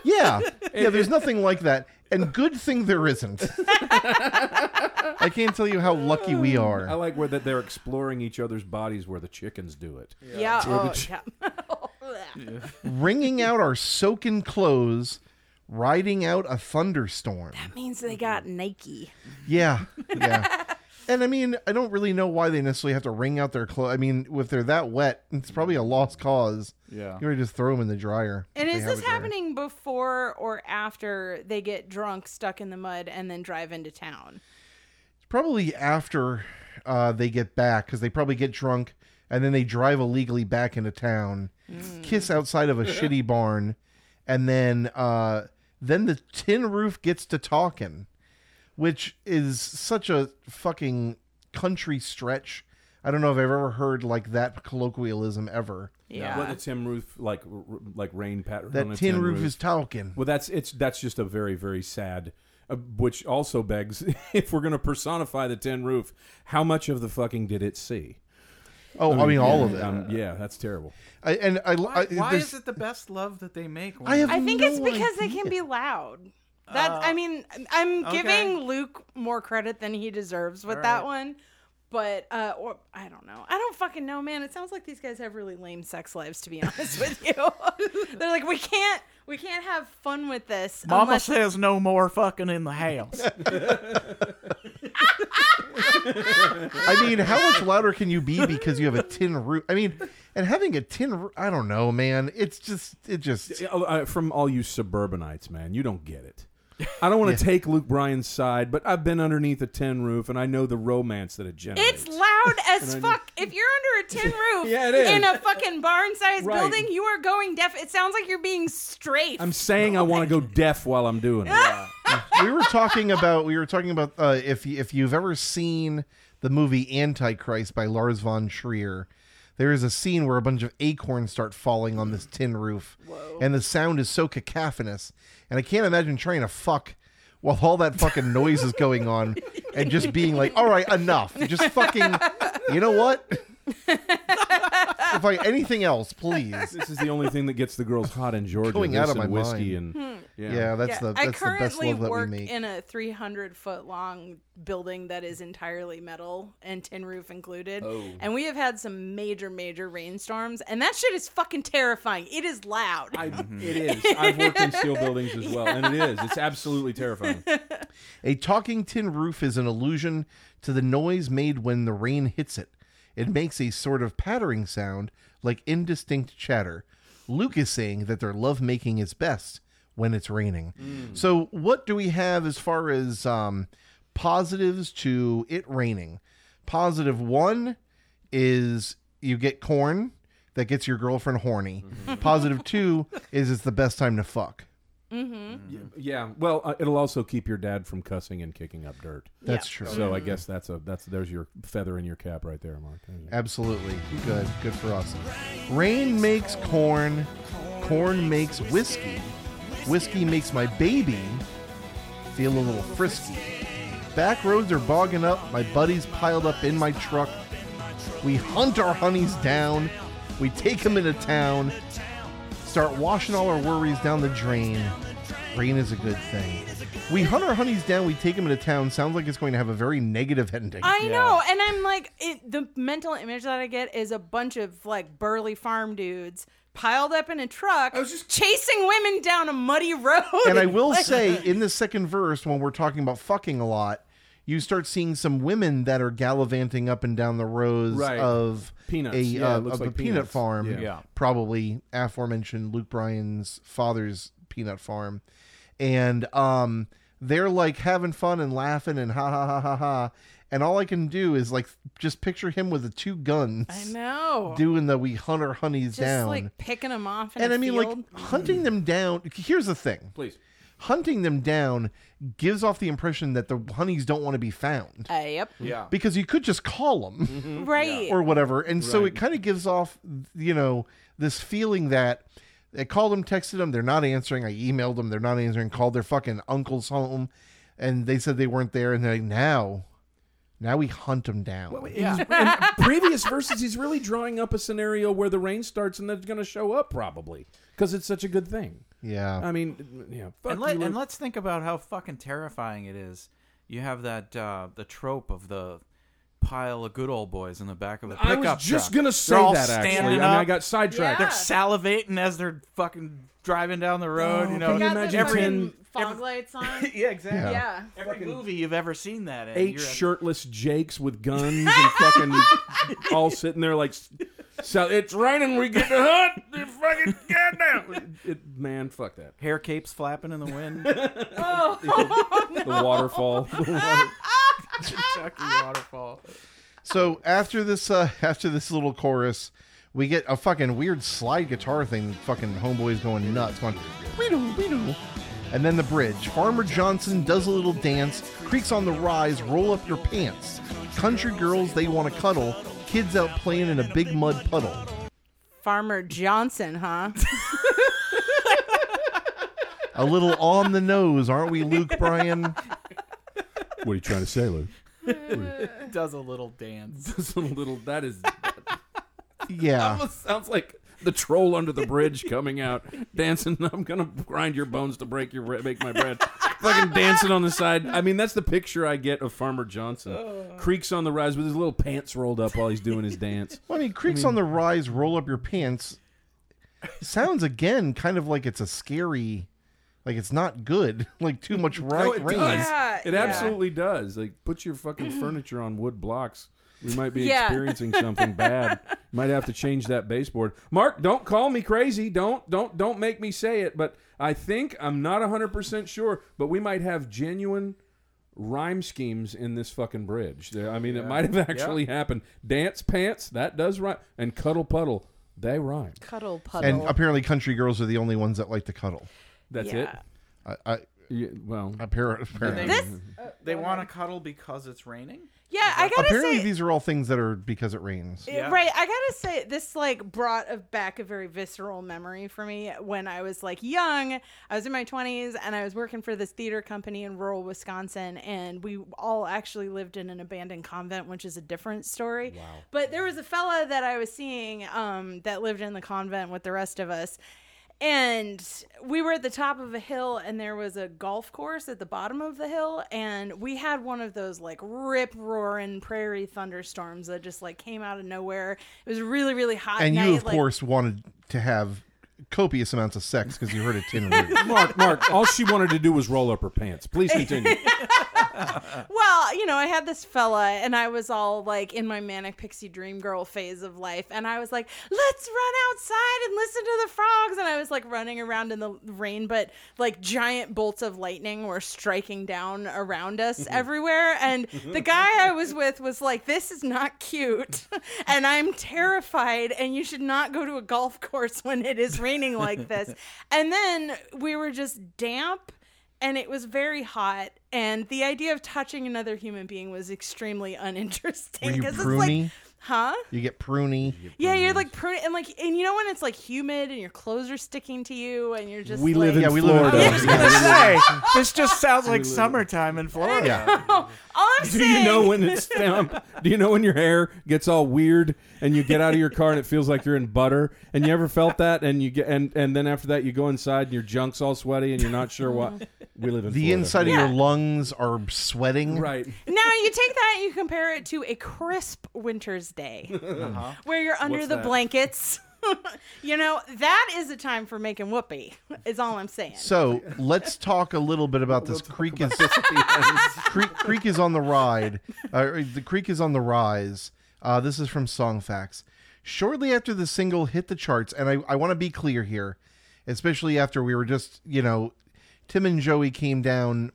[SPEAKER 1] Yeah, yeah. There's nothing like that, and good thing there isn't. I can't tell you how lucky we
[SPEAKER 2] I
[SPEAKER 1] are.
[SPEAKER 2] like where that they're exploring each other's bodies where the chickens do it.
[SPEAKER 3] Yeah. Oh, yeah.
[SPEAKER 1] Wringing out our soaking clothes, riding out a thunderstorm.
[SPEAKER 3] Means they got Nike.
[SPEAKER 1] Yeah, yeah. and I mean, I don't really know why they necessarily have to wring out their clothes. I mean, if they're that wet, it's probably a lost cause.
[SPEAKER 4] Yeah.
[SPEAKER 1] You would just throw them in the dryer.
[SPEAKER 3] And
[SPEAKER 1] if they
[SPEAKER 3] is
[SPEAKER 1] have
[SPEAKER 3] this
[SPEAKER 1] a dryer.
[SPEAKER 3] happening before or after they get drunk, stuck in the mud, and then drive into town?
[SPEAKER 1] Probably after uh, they get back, because they probably get drunk and then they drive illegally back into town,
[SPEAKER 3] Mm.
[SPEAKER 1] kiss outside of a shitty barn, and then uh, then the tin roof gets to talking, which is such a fucking country stretch. I don't know if I've ever heard like that colloquialism ever.
[SPEAKER 3] Yeah.
[SPEAKER 2] What the tin roof like r- r- like rain pattern
[SPEAKER 1] That
[SPEAKER 2] on a
[SPEAKER 1] tin, roof, is talking.
[SPEAKER 2] Well, that's it's that's just a very very sad. Uh, which also begs, if we're going to personify the tin roof, how much of the fucking did it see?
[SPEAKER 1] Oh, I mean, all
[SPEAKER 2] yeah,
[SPEAKER 1] of it.
[SPEAKER 2] Um, yeah, that's terrible.
[SPEAKER 1] I, and I,
[SPEAKER 4] Why,
[SPEAKER 1] I,
[SPEAKER 4] why
[SPEAKER 1] there's-
[SPEAKER 4] is it the best love that they make?
[SPEAKER 1] I have
[SPEAKER 3] I think it's
[SPEAKER 1] no
[SPEAKER 3] because they can
[SPEAKER 1] idea.
[SPEAKER 3] be loud. That
[SPEAKER 2] Oh.
[SPEAKER 3] I mean, I'm
[SPEAKER 4] okay.
[SPEAKER 3] giving Luke more credit than he deserves with that one, but uh, or I don't know. I don't fucking know, man. It sounds like these guys have really lame sex lives, to be honest with you. They're like, we can't, we can't have fun with this. unless
[SPEAKER 4] says no more fucking in the house.
[SPEAKER 1] I mean, how much louder can you be because you have a tin roof? I mean, and having a tin roof, I don't know, man. It's just, it just,
[SPEAKER 2] Yeah, uh, From all you suburbanites, man, you don't get it. I don't want to take Luke Bryan's side, but I've been underneath a tin roof and I know the romance that it generates.
[SPEAKER 3] It's loud as
[SPEAKER 2] I know-
[SPEAKER 3] fuck. If you're under a tin roof
[SPEAKER 2] Yeah, it is.
[SPEAKER 3] in a fucking barn-sized
[SPEAKER 2] Right.
[SPEAKER 3] building, you are going deaf. It sounds like you're being strafed.
[SPEAKER 2] I'm saying I want to go deaf while I'm doing it.
[SPEAKER 1] we were talking about, we were talking about uh, if, you- if you've ever seen the movie Antichrist by Lars von Trier, there is a scene where a bunch of acorns start falling on this tin roof, and the sound is so cacophonous. And I can't imagine trying to fuck while all that fucking noise is going on, and just being like, "All right, enough, just fucking." You know what? if I anything else, please.
[SPEAKER 2] This is the only thing that gets the girls hot in Georgia.
[SPEAKER 1] Going
[SPEAKER 2] this
[SPEAKER 1] out of
[SPEAKER 2] and
[SPEAKER 1] my
[SPEAKER 2] whiskey and yeah.
[SPEAKER 1] Yeah, that's the
[SPEAKER 3] I
[SPEAKER 1] that's the best
[SPEAKER 3] currently
[SPEAKER 1] love that we
[SPEAKER 3] work
[SPEAKER 1] make.
[SPEAKER 3] in a 300 foot long building that is entirely metal and tin roof included.
[SPEAKER 2] Oh.
[SPEAKER 3] And we have had some major, major rainstorms, and that shit is fucking terrifying. It is loud.
[SPEAKER 2] I, it is. I've worked in steel buildings as well, and it is. It's absolutely terrifying.
[SPEAKER 1] A talking tin roof is an allusion to the noise made when the rain hits it. It makes a sort of pattering sound, like indistinct chatter. Luke is saying that their lovemaking is best when it's raining. So, what do we have as far as um, positives to it raining? Positive one is you get corn that gets your girlfriend horny. Positive two is it's the best time to fuck.
[SPEAKER 2] Yeah. Well, uh, it'll also keep your dad from cussing and kicking up dirt.
[SPEAKER 1] That's true.
[SPEAKER 2] So I guess that's a that's there's your feather in your cap right there, Mark. There's it.
[SPEAKER 1] Absolutely. Good. Good for us. Rain makes corn. Corn makes whiskey. Whiskey makes my baby feel a little frisky. Back roads are bogging up. My buddies piled up in my truck. We hunt our honeys down. We take them into town. Start washing all our worries down the drain. Rain is a good thing. We hunt our honeys down. We take them into town. Sounds like it's going to have a very negative ending.
[SPEAKER 3] I know, and I'm like, it, the mental image that I get is a bunch of like burly farm dudes piled up in a truck, chasing women down a muddy road.
[SPEAKER 1] and I will say, in the second verse, when we're talking about fucking a lot, you start seeing some women that are gallivanting up and down the rows
[SPEAKER 2] Right.
[SPEAKER 1] of
[SPEAKER 2] Peanuts.
[SPEAKER 1] a,
[SPEAKER 2] Yeah, it
[SPEAKER 1] uh,
[SPEAKER 2] looks
[SPEAKER 1] of a
[SPEAKER 2] like
[SPEAKER 1] peanut
[SPEAKER 2] peanuts.
[SPEAKER 1] farm.
[SPEAKER 2] Yeah. Yeah.
[SPEAKER 1] probably aforementioned Luke Bryan's father's peanut farm, and um, they're like having fun and laughing and ha ha ha ha ha. And all I can do is like just picture him with the two guns
[SPEAKER 3] I know,
[SPEAKER 1] doing the we hunt our honeys
[SPEAKER 3] just
[SPEAKER 1] down.
[SPEAKER 3] like picking them off. In
[SPEAKER 1] and
[SPEAKER 3] a
[SPEAKER 1] I mean,
[SPEAKER 3] field.
[SPEAKER 1] like hunting them down. Here's the thing
[SPEAKER 2] Please.
[SPEAKER 1] hunting them down gives off the impression that the honeys don't want to be found
[SPEAKER 3] Uh, yep.
[SPEAKER 2] Yeah.
[SPEAKER 1] because you could just call them
[SPEAKER 3] Right.
[SPEAKER 1] or whatever. And so
[SPEAKER 2] Right.
[SPEAKER 1] it kind of gives off, you know, this feeling that I called them, texted them, they're not answering. I emailed them, they're not answering. Called their fucking uncle's home, and they said they weren't there. And they're like, now, now we hunt them down.
[SPEAKER 2] Yeah. In previous verses, he's really drawing up a scenario where the rain starts and that's going to show up probably because it's such a good thing.
[SPEAKER 1] yeah,
[SPEAKER 2] I mean, yeah. Fuck
[SPEAKER 4] and, let,
[SPEAKER 2] you,
[SPEAKER 4] and
[SPEAKER 2] Luke.
[SPEAKER 4] let's think about how fucking terrifying it is. You have that uh, the trope of the pile of good old boys in the back of the
[SPEAKER 2] I
[SPEAKER 4] pickup
[SPEAKER 2] was just
[SPEAKER 4] truck.
[SPEAKER 2] going
[SPEAKER 4] They're
[SPEAKER 2] to say
[SPEAKER 4] all
[SPEAKER 2] that actually. I
[SPEAKER 4] standing
[SPEAKER 2] mean,
[SPEAKER 4] up.
[SPEAKER 2] I got sidetracked.
[SPEAKER 3] Yeah.
[SPEAKER 4] they're salivating as they're fucking driving down the
[SPEAKER 2] Oh,
[SPEAKER 4] road. you
[SPEAKER 2] can
[SPEAKER 4] know,
[SPEAKER 2] you
[SPEAKER 3] Got the
[SPEAKER 2] imagine
[SPEAKER 3] fucking
[SPEAKER 2] ten-
[SPEAKER 3] fog lights on.
[SPEAKER 4] yeah, exactly.
[SPEAKER 1] Yeah.
[SPEAKER 3] yeah.
[SPEAKER 4] Every movie you've ever seen that in.
[SPEAKER 2] eight
[SPEAKER 4] you're at-
[SPEAKER 2] shirtless jakes with guns and fucking all sitting there like so it's raining we get to hunt you fucking goddamn it, man fuck that
[SPEAKER 4] hair capes flapping in the wind.
[SPEAKER 2] the waterfall the water-
[SPEAKER 4] Kentucky waterfall.
[SPEAKER 1] So after this, uh, after this little chorus, we get a fucking weird slide guitar thing. Fucking homeboy's going nuts, going we do we do, and then the bridge. Farmer Johnson does a little dance. Creeks on the rise. Roll up your pants. Country girls they want to cuddle. Kids out playing in a big mud puddle.
[SPEAKER 3] Farmer Johnson, huh?
[SPEAKER 1] A little on the nose, aren't we, Luke Bryan?
[SPEAKER 2] what are you trying to say Luke
[SPEAKER 4] Does a little dance.
[SPEAKER 5] This little that is
[SPEAKER 1] Yeah.
[SPEAKER 5] almost sounds like the troll under the bridge coming out dancing. I'm gonna grind your bones to break your bre- make my bread. Fucking dancing on the side.
[SPEAKER 2] I mean that's the picture I get of Farmer Johnson
[SPEAKER 4] Oh.
[SPEAKER 2] creaks on the rise with his little pants rolled up while he's doing his dance
[SPEAKER 1] Well, I mean, Creeks on the rise. Roll up your pants. Sounds again kind of like it's a scary. Like it's not good. Like too much right
[SPEAKER 2] No, it
[SPEAKER 1] rain.
[SPEAKER 2] does.
[SPEAKER 3] Yeah,
[SPEAKER 2] it
[SPEAKER 3] yeah.
[SPEAKER 2] absolutely does. Like, put your fucking furniture on wood blocks. We might be
[SPEAKER 3] Yeah.
[SPEAKER 2] experiencing something bad. Might have to change that baseboard. Mark, don't call me crazy. Don't don't don't make me say it. But I think I'm not 100 percent sure. But we might have genuine rhyme schemes in this fucking bridge. There, I mean, it might have actually happened. Dance pants that does rhyme, and cuddle puddle they rhyme.
[SPEAKER 3] Cuddle puddle.
[SPEAKER 1] uh, And apparently, country girls are the only ones that like to cuddle.
[SPEAKER 2] That's
[SPEAKER 3] Yeah.
[SPEAKER 2] it.
[SPEAKER 1] I, I
[SPEAKER 2] Yeah, well,
[SPEAKER 1] Appar- apparently.
[SPEAKER 4] They-
[SPEAKER 3] This uh,
[SPEAKER 4] They
[SPEAKER 3] well,
[SPEAKER 4] want to cuddle because it's raining.
[SPEAKER 3] Yeah, I gotta
[SPEAKER 1] Apparently,
[SPEAKER 3] say, eh,
[SPEAKER 1] these are all things that are because it rains.
[SPEAKER 4] Yeah.
[SPEAKER 3] Right. I gotta say, this like brought a- back a very visceral memory for me when I was like young. I was in my 20s and I was working for this theater company in rural Wisconsin, and we all actually lived in an abandoned convent, which is a different story. Wow. But there was a fella that I was seeing um, that lived in the convent with the rest of us. And we were at the top of a hill, and there was a golf course at the bottom of the hill. And we had one of those like rip roaring prairie thunderstorms that just like came out of nowhere. It was really, really hot.
[SPEAKER 1] And
[SPEAKER 3] night,
[SPEAKER 1] you, of
[SPEAKER 3] like-
[SPEAKER 1] course, wanted to have copious amounts of sex because you heard a tin roof.
[SPEAKER 2] Mark, Mark, all she wanted to do was roll up her pants. Please continue.
[SPEAKER 3] Well, you know, I had this fella, and I was all like in my manic pixie dream girl phase of life, and I was like, "Let's run outside and listen to the frogs," and I was like running around in the rain, but like giant bolts of lightning were striking down around us everywhere, and the guy I was with was like, "This is not cute," and I'm terrified, and you should not go to a golf course when it is raining like this. And then we were just damp and it was very hot and the idea of touching another human being was extremely uninteresting
[SPEAKER 1] Were you
[SPEAKER 3] 'cause it's
[SPEAKER 1] pruny?
[SPEAKER 3] like huh
[SPEAKER 1] You get pruny.
[SPEAKER 3] yeah you're
[SPEAKER 2] Mm.
[SPEAKER 3] like pruning and like and you know when it's like humid and your clothes are sticking to you and you're just
[SPEAKER 2] we
[SPEAKER 3] like,
[SPEAKER 2] live in
[SPEAKER 1] Yeah, we live in
[SPEAKER 2] Florida.
[SPEAKER 1] Florida.
[SPEAKER 2] Yeah.
[SPEAKER 4] Hey, this just sounds like summertime in Florida.
[SPEAKER 1] Yeah.
[SPEAKER 3] all i'm
[SPEAKER 2] Do
[SPEAKER 3] saying
[SPEAKER 2] you know when it's damp? Do you know when your hair gets all weird and you get out of your car and it feels like you're in butter? And you ever felt that? And you get and and then after that you go inside and your junk's all sweaty and you're not sure what. We live in
[SPEAKER 1] The
[SPEAKER 2] Florida.
[SPEAKER 1] inside of your lungs are sweating.
[SPEAKER 2] right.
[SPEAKER 3] now you take that and you compare it to a crisp winter's day
[SPEAKER 2] Uh-huh.
[SPEAKER 3] where you're under
[SPEAKER 2] What's
[SPEAKER 3] the
[SPEAKER 2] that?
[SPEAKER 3] blankets you know that is a time for making whoopee is all i'm saying
[SPEAKER 1] So let's talk a little bit about this. creek is creek, creek is on the ride. Uh, the creek is on the rise. Uh, this is from Songfacts. Shortly after the single hit the charts, and I, I want to be clear here, especially after we were just you know, Tim and Joey came down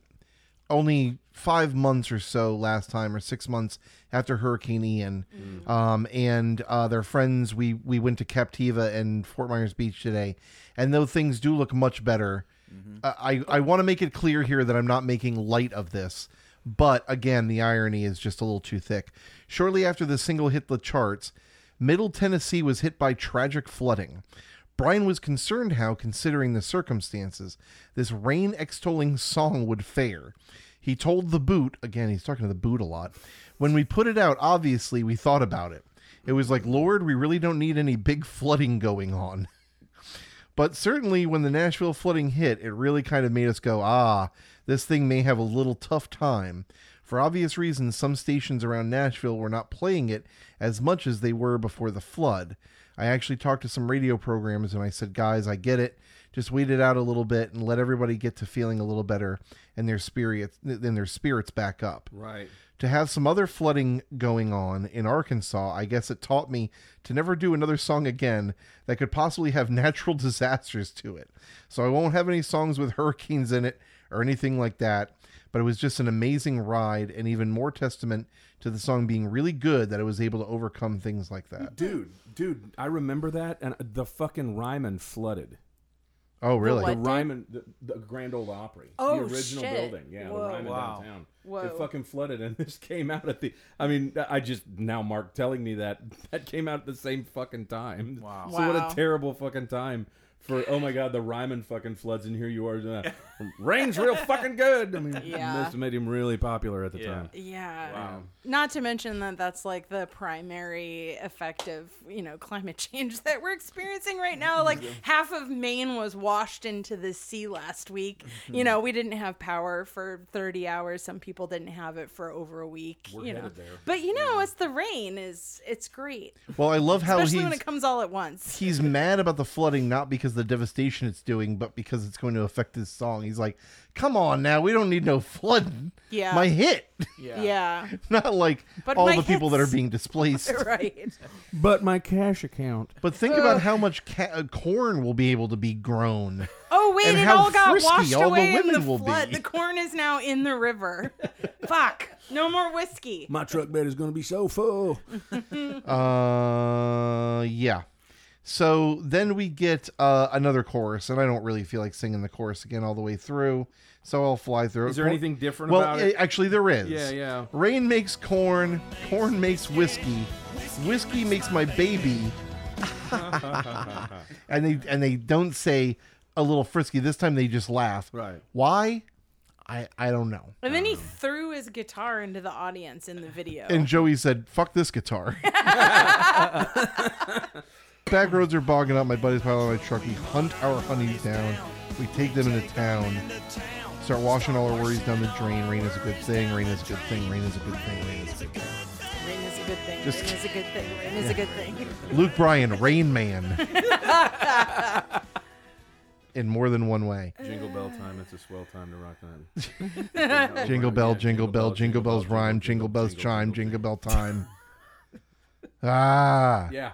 [SPEAKER 1] only five months or so last time, or six months after Hurricane Ian. Um, and uh, their friends, we we went to Captiva and Fort Myers Beach today, and though things do look much better, uh, I I want to make it clear here that I'm not making light of this. But again, the irony is just a little too thick. Shortly after the single hit the charts, Middle Tennessee was hit by tragic flooding. Brian was concerned how, considering the circumstances, this rain extolling song would fare. He told The Boot, again, he's talking to The Boot a lot, when we put it out, obviously we thought about it. It was like, Lord, we really don't need any big flooding going on. But certainly when the Nashville flooding hit, it really kind of made us go, ah, this thing may have a little tough time. For obvious reasons, some stations around Nashville were not playing it as much as they were before the flood. I actually talked to some radio programs and I said, guys, I get it. Just wait it out a little bit and let everybody get to feeling a little better and their spirits then their spirits back up
[SPEAKER 2] Right.
[SPEAKER 1] to have some other flooding going on in Arkansas, I guess it taught me to never do another song again that could possibly have natural disasters to it. So I won't have any songs with hurricanes in it or anything like that. But it was just an amazing ride and even more testament to the song being really good that it was able to overcome things like that.
[SPEAKER 2] Dude, dude, I remember that and the fucking Ryman flooded.
[SPEAKER 1] Oh, really?
[SPEAKER 3] what?
[SPEAKER 2] The
[SPEAKER 3] did?
[SPEAKER 2] Ryman, the, the Grand Old Opry,
[SPEAKER 3] Oh,
[SPEAKER 2] the original
[SPEAKER 3] shit.
[SPEAKER 2] building, yeah,
[SPEAKER 3] Whoa.
[SPEAKER 2] the Ryman
[SPEAKER 4] Wow.
[SPEAKER 2] downtown.
[SPEAKER 3] Whoa.
[SPEAKER 2] It fucking flooded, and this came out at the. I mean, I just now Mark telling me that that came out at the same fucking time.
[SPEAKER 4] Wow.
[SPEAKER 2] So
[SPEAKER 3] Wow.
[SPEAKER 2] what a terrible fucking time for. Oh my god, the Ryman fucking floods, and here you are. Uh, rain's real fucking good. I mean,
[SPEAKER 3] Yeah.
[SPEAKER 2] this made him really popular at the
[SPEAKER 4] Yeah.
[SPEAKER 2] time.
[SPEAKER 3] Yeah. Not to mention that that's like the primary effect of, you know, climate change that we're experiencing right now. Like half of Maine was washed into the sea last week. You know, we didn't have power for 30 hours. Some people didn't have it for over a week, you know.
[SPEAKER 2] headed there.
[SPEAKER 3] But you know, it's the rain is it's great.
[SPEAKER 1] Well, I love how
[SPEAKER 3] Especially
[SPEAKER 1] he's,
[SPEAKER 3] when it comes all at once.
[SPEAKER 1] he's mad about the flooding, not because of the devastation it's doing, but because it's going to affect his song. He's like, come on now, we don't need no flooding.
[SPEAKER 3] Yeah.
[SPEAKER 1] My hit.
[SPEAKER 4] Yeah.
[SPEAKER 3] Yeah.
[SPEAKER 1] not like
[SPEAKER 3] But
[SPEAKER 1] all
[SPEAKER 3] my
[SPEAKER 1] the people that are
[SPEAKER 3] hits-
[SPEAKER 1] being displaced.
[SPEAKER 3] Right.
[SPEAKER 2] But my cash account.
[SPEAKER 1] But think about how much ca- uh, corn will be able to be grown.
[SPEAKER 3] Oh wait,
[SPEAKER 1] And
[SPEAKER 3] it
[SPEAKER 1] how
[SPEAKER 3] all got
[SPEAKER 1] frisky
[SPEAKER 3] washed
[SPEAKER 1] all the
[SPEAKER 3] away in
[SPEAKER 1] women
[SPEAKER 3] the
[SPEAKER 1] will
[SPEAKER 3] flood.
[SPEAKER 1] be.
[SPEAKER 3] The corn is now in the river. Fuck. No more whiskey.
[SPEAKER 2] My truck bed is going to be so full.
[SPEAKER 1] Uh, yeah. So then we get uh, another chorus, and I don't really feel like singing the chorus again all the way through. So I'll fly through.
[SPEAKER 2] Is
[SPEAKER 1] it.
[SPEAKER 2] there anything different
[SPEAKER 1] Well,
[SPEAKER 2] about
[SPEAKER 1] a-
[SPEAKER 2] it?
[SPEAKER 1] actually, there is.
[SPEAKER 2] Yeah, yeah.
[SPEAKER 1] Rain makes corn. Corn makes whiskey. Whiskey makes my baby. and they and they don't say a little frisky. This time they just laugh.
[SPEAKER 2] Right.
[SPEAKER 1] Why? I I don't know.
[SPEAKER 3] And then he threw his guitar into the audience in the video.
[SPEAKER 1] And Joey said, "Fuck this guitar." Back roads are bogging up. My buddies pile on my truck. We hunt our honeys down. We take them into town. Start washing all our worries down the drain. Rain is a good thing. Rain is a good thing. Rain is a good thing. Rain is a good thing.
[SPEAKER 3] rain is a good thing.
[SPEAKER 1] Just-
[SPEAKER 3] rain is a good thing. Rain is a good thing.
[SPEAKER 1] Luke Bryan, Rain Man. In more than one way.
[SPEAKER 2] Jingle bell time. It's a swell time to rock that.
[SPEAKER 1] Jingle bell, jingle bell, jingle bells rhyme, jingle bells chime, jingle bell time. Ah.
[SPEAKER 2] Yeah.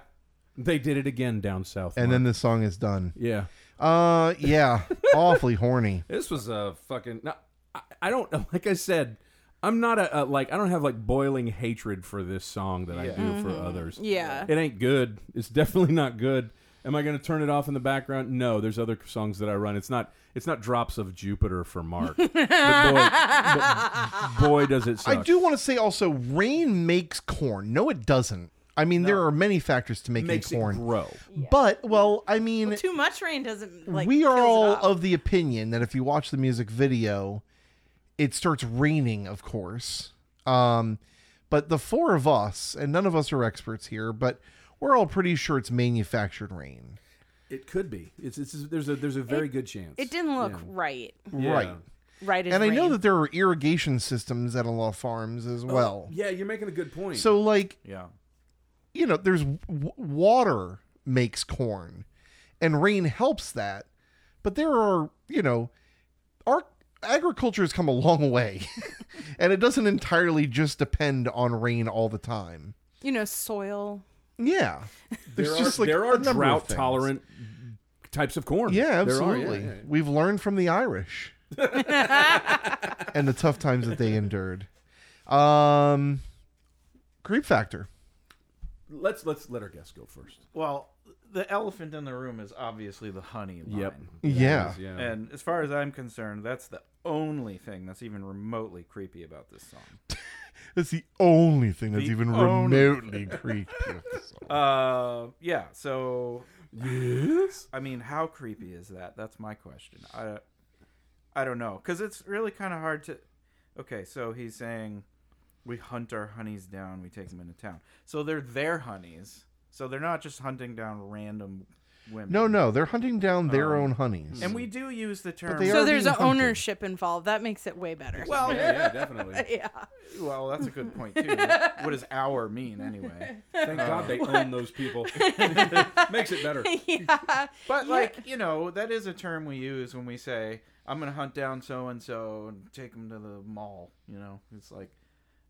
[SPEAKER 2] They did it again down south.
[SPEAKER 1] And
[SPEAKER 2] Mark.
[SPEAKER 1] then the song is done.
[SPEAKER 2] yeah,
[SPEAKER 1] Uh, yeah. Awfully horny.
[SPEAKER 2] this was a fucking. No, I, I don't like. I said, I'm not a, a like. I don't have like boiling hatred for this song that I do for others.
[SPEAKER 3] Yeah.
[SPEAKER 2] it ain't good. It's definitely not good. Am I going to turn it off in the background? No, there's other songs that I run. It's not. It's not drops of Jupiter for Mark. but boy, but boy, does it suck.
[SPEAKER 1] I do want to say also, rain makes corn. No, it doesn't. I mean, there are many factors to making
[SPEAKER 2] makes
[SPEAKER 1] corn.
[SPEAKER 2] it grow.
[SPEAKER 1] But, well, I mean,
[SPEAKER 3] Too much rain doesn't like.
[SPEAKER 1] we are
[SPEAKER 3] kills it
[SPEAKER 1] all
[SPEAKER 3] off.
[SPEAKER 1] of the opinion that if you watch the music video, it starts raining, of course. Um, but the four of us, and none of us are experts here, but we're all pretty sure it's manufactured rain.
[SPEAKER 2] It could be. It's, it's there's a there's a very good chance.
[SPEAKER 3] It didn't look right.
[SPEAKER 1] Right.
[SPEAKER 3] Right as
[SPEAKER 1] And I know
[SPEAKER 3] rain.
[SPEAKER 1] that there are irrigation systems at a lot of farms as well.
[SPEAKER 2] Oh, Yeah, you're making a good point.
[SPEAKER 1] So, like,
[SPEAKER 4] Yeah.
[SPEAKER 1] you know, there's w- water makes corn, and rain helps that. But there are, you know, our agriculture has come a long way, and it doesn't entirely just depend on rain all the time.
[SPEAKER 3] you know soil.
[SPEAKER 1] Yeah,
[SPEAKER 2] there
[SPEAKER 1] there's
[SPEAKER 2] are,
[SPEAKER 1] just like
[SPEAKER 2] there are
[SPEAKER 1] a number of
[SPEAKER 2] drought
[SPEAKER 1] things.
[SPEAKER 2] tolerant types of corn.
[SPEAKER 1] Yeah,
[SPEAKER 2] There are, yeah,
[SPEAKER 1] absolutely.
[SPEAKER 2] yeah.
[SPEAKER 1] We've learned from the Irish and the tough times that they endured. Um, creep factor.
[SPEAKER 2] Let's let's let our guests go first.
[SPEAKER 4] Well, the elephant in the room is obviously the honey line.
[SPEAKER 1] Yeah.
[SPEAKER 2] Yeah.
[SPEAKER 4] And as far as I'm concerned, that's the only thing that's even remotely creepy about this song.
[SPEAKER 1] That's the only thing that's
[SPEAKER 4] The
[SPEAKER 1] even
[SPEAKER 4] only-
[SPEAKER 1] remotely creepy. about the song.
[SPEAKER 4] Uh, yeah. So, I mean, how creepy is that? That's my question. I, I don't know, because it's really kind of hard to. Okay, so he's saying, we hunt our honeys down, we take them into town. So they're their honeys. So they're not just hunting down random women.
[SPEAKER 1] No, no, they're hunting down their own honeys.
[SPEAKER 4] Um, And we do use the term.
[SPEAKER 1] they They
[SPEAKER 3] So
[SPEAKER 1] are
[SPEAKER 3] there's
[SPEAKER 1] being
[SPEAKER 3] an
[SPEAKER 1] hunted.
[SPEAKER 3] ownership involved. That makes it way better.
[SPEAKER 4] well,
[SPEAKER 2] yeah, yeah, definitely.
[SPEAKER 3] yeah.
[SPEAKER 4] well, that's a good point too. what does "our" mean anyway?
[SPEAKER 2] Thank God they own those people. Makes it better.
[SPEAKER 3] yeah.
[SPEAKER 4] But like you know, that is a term we use when we say I'm going to hunt down so and so and take them to the mall. You know, it's like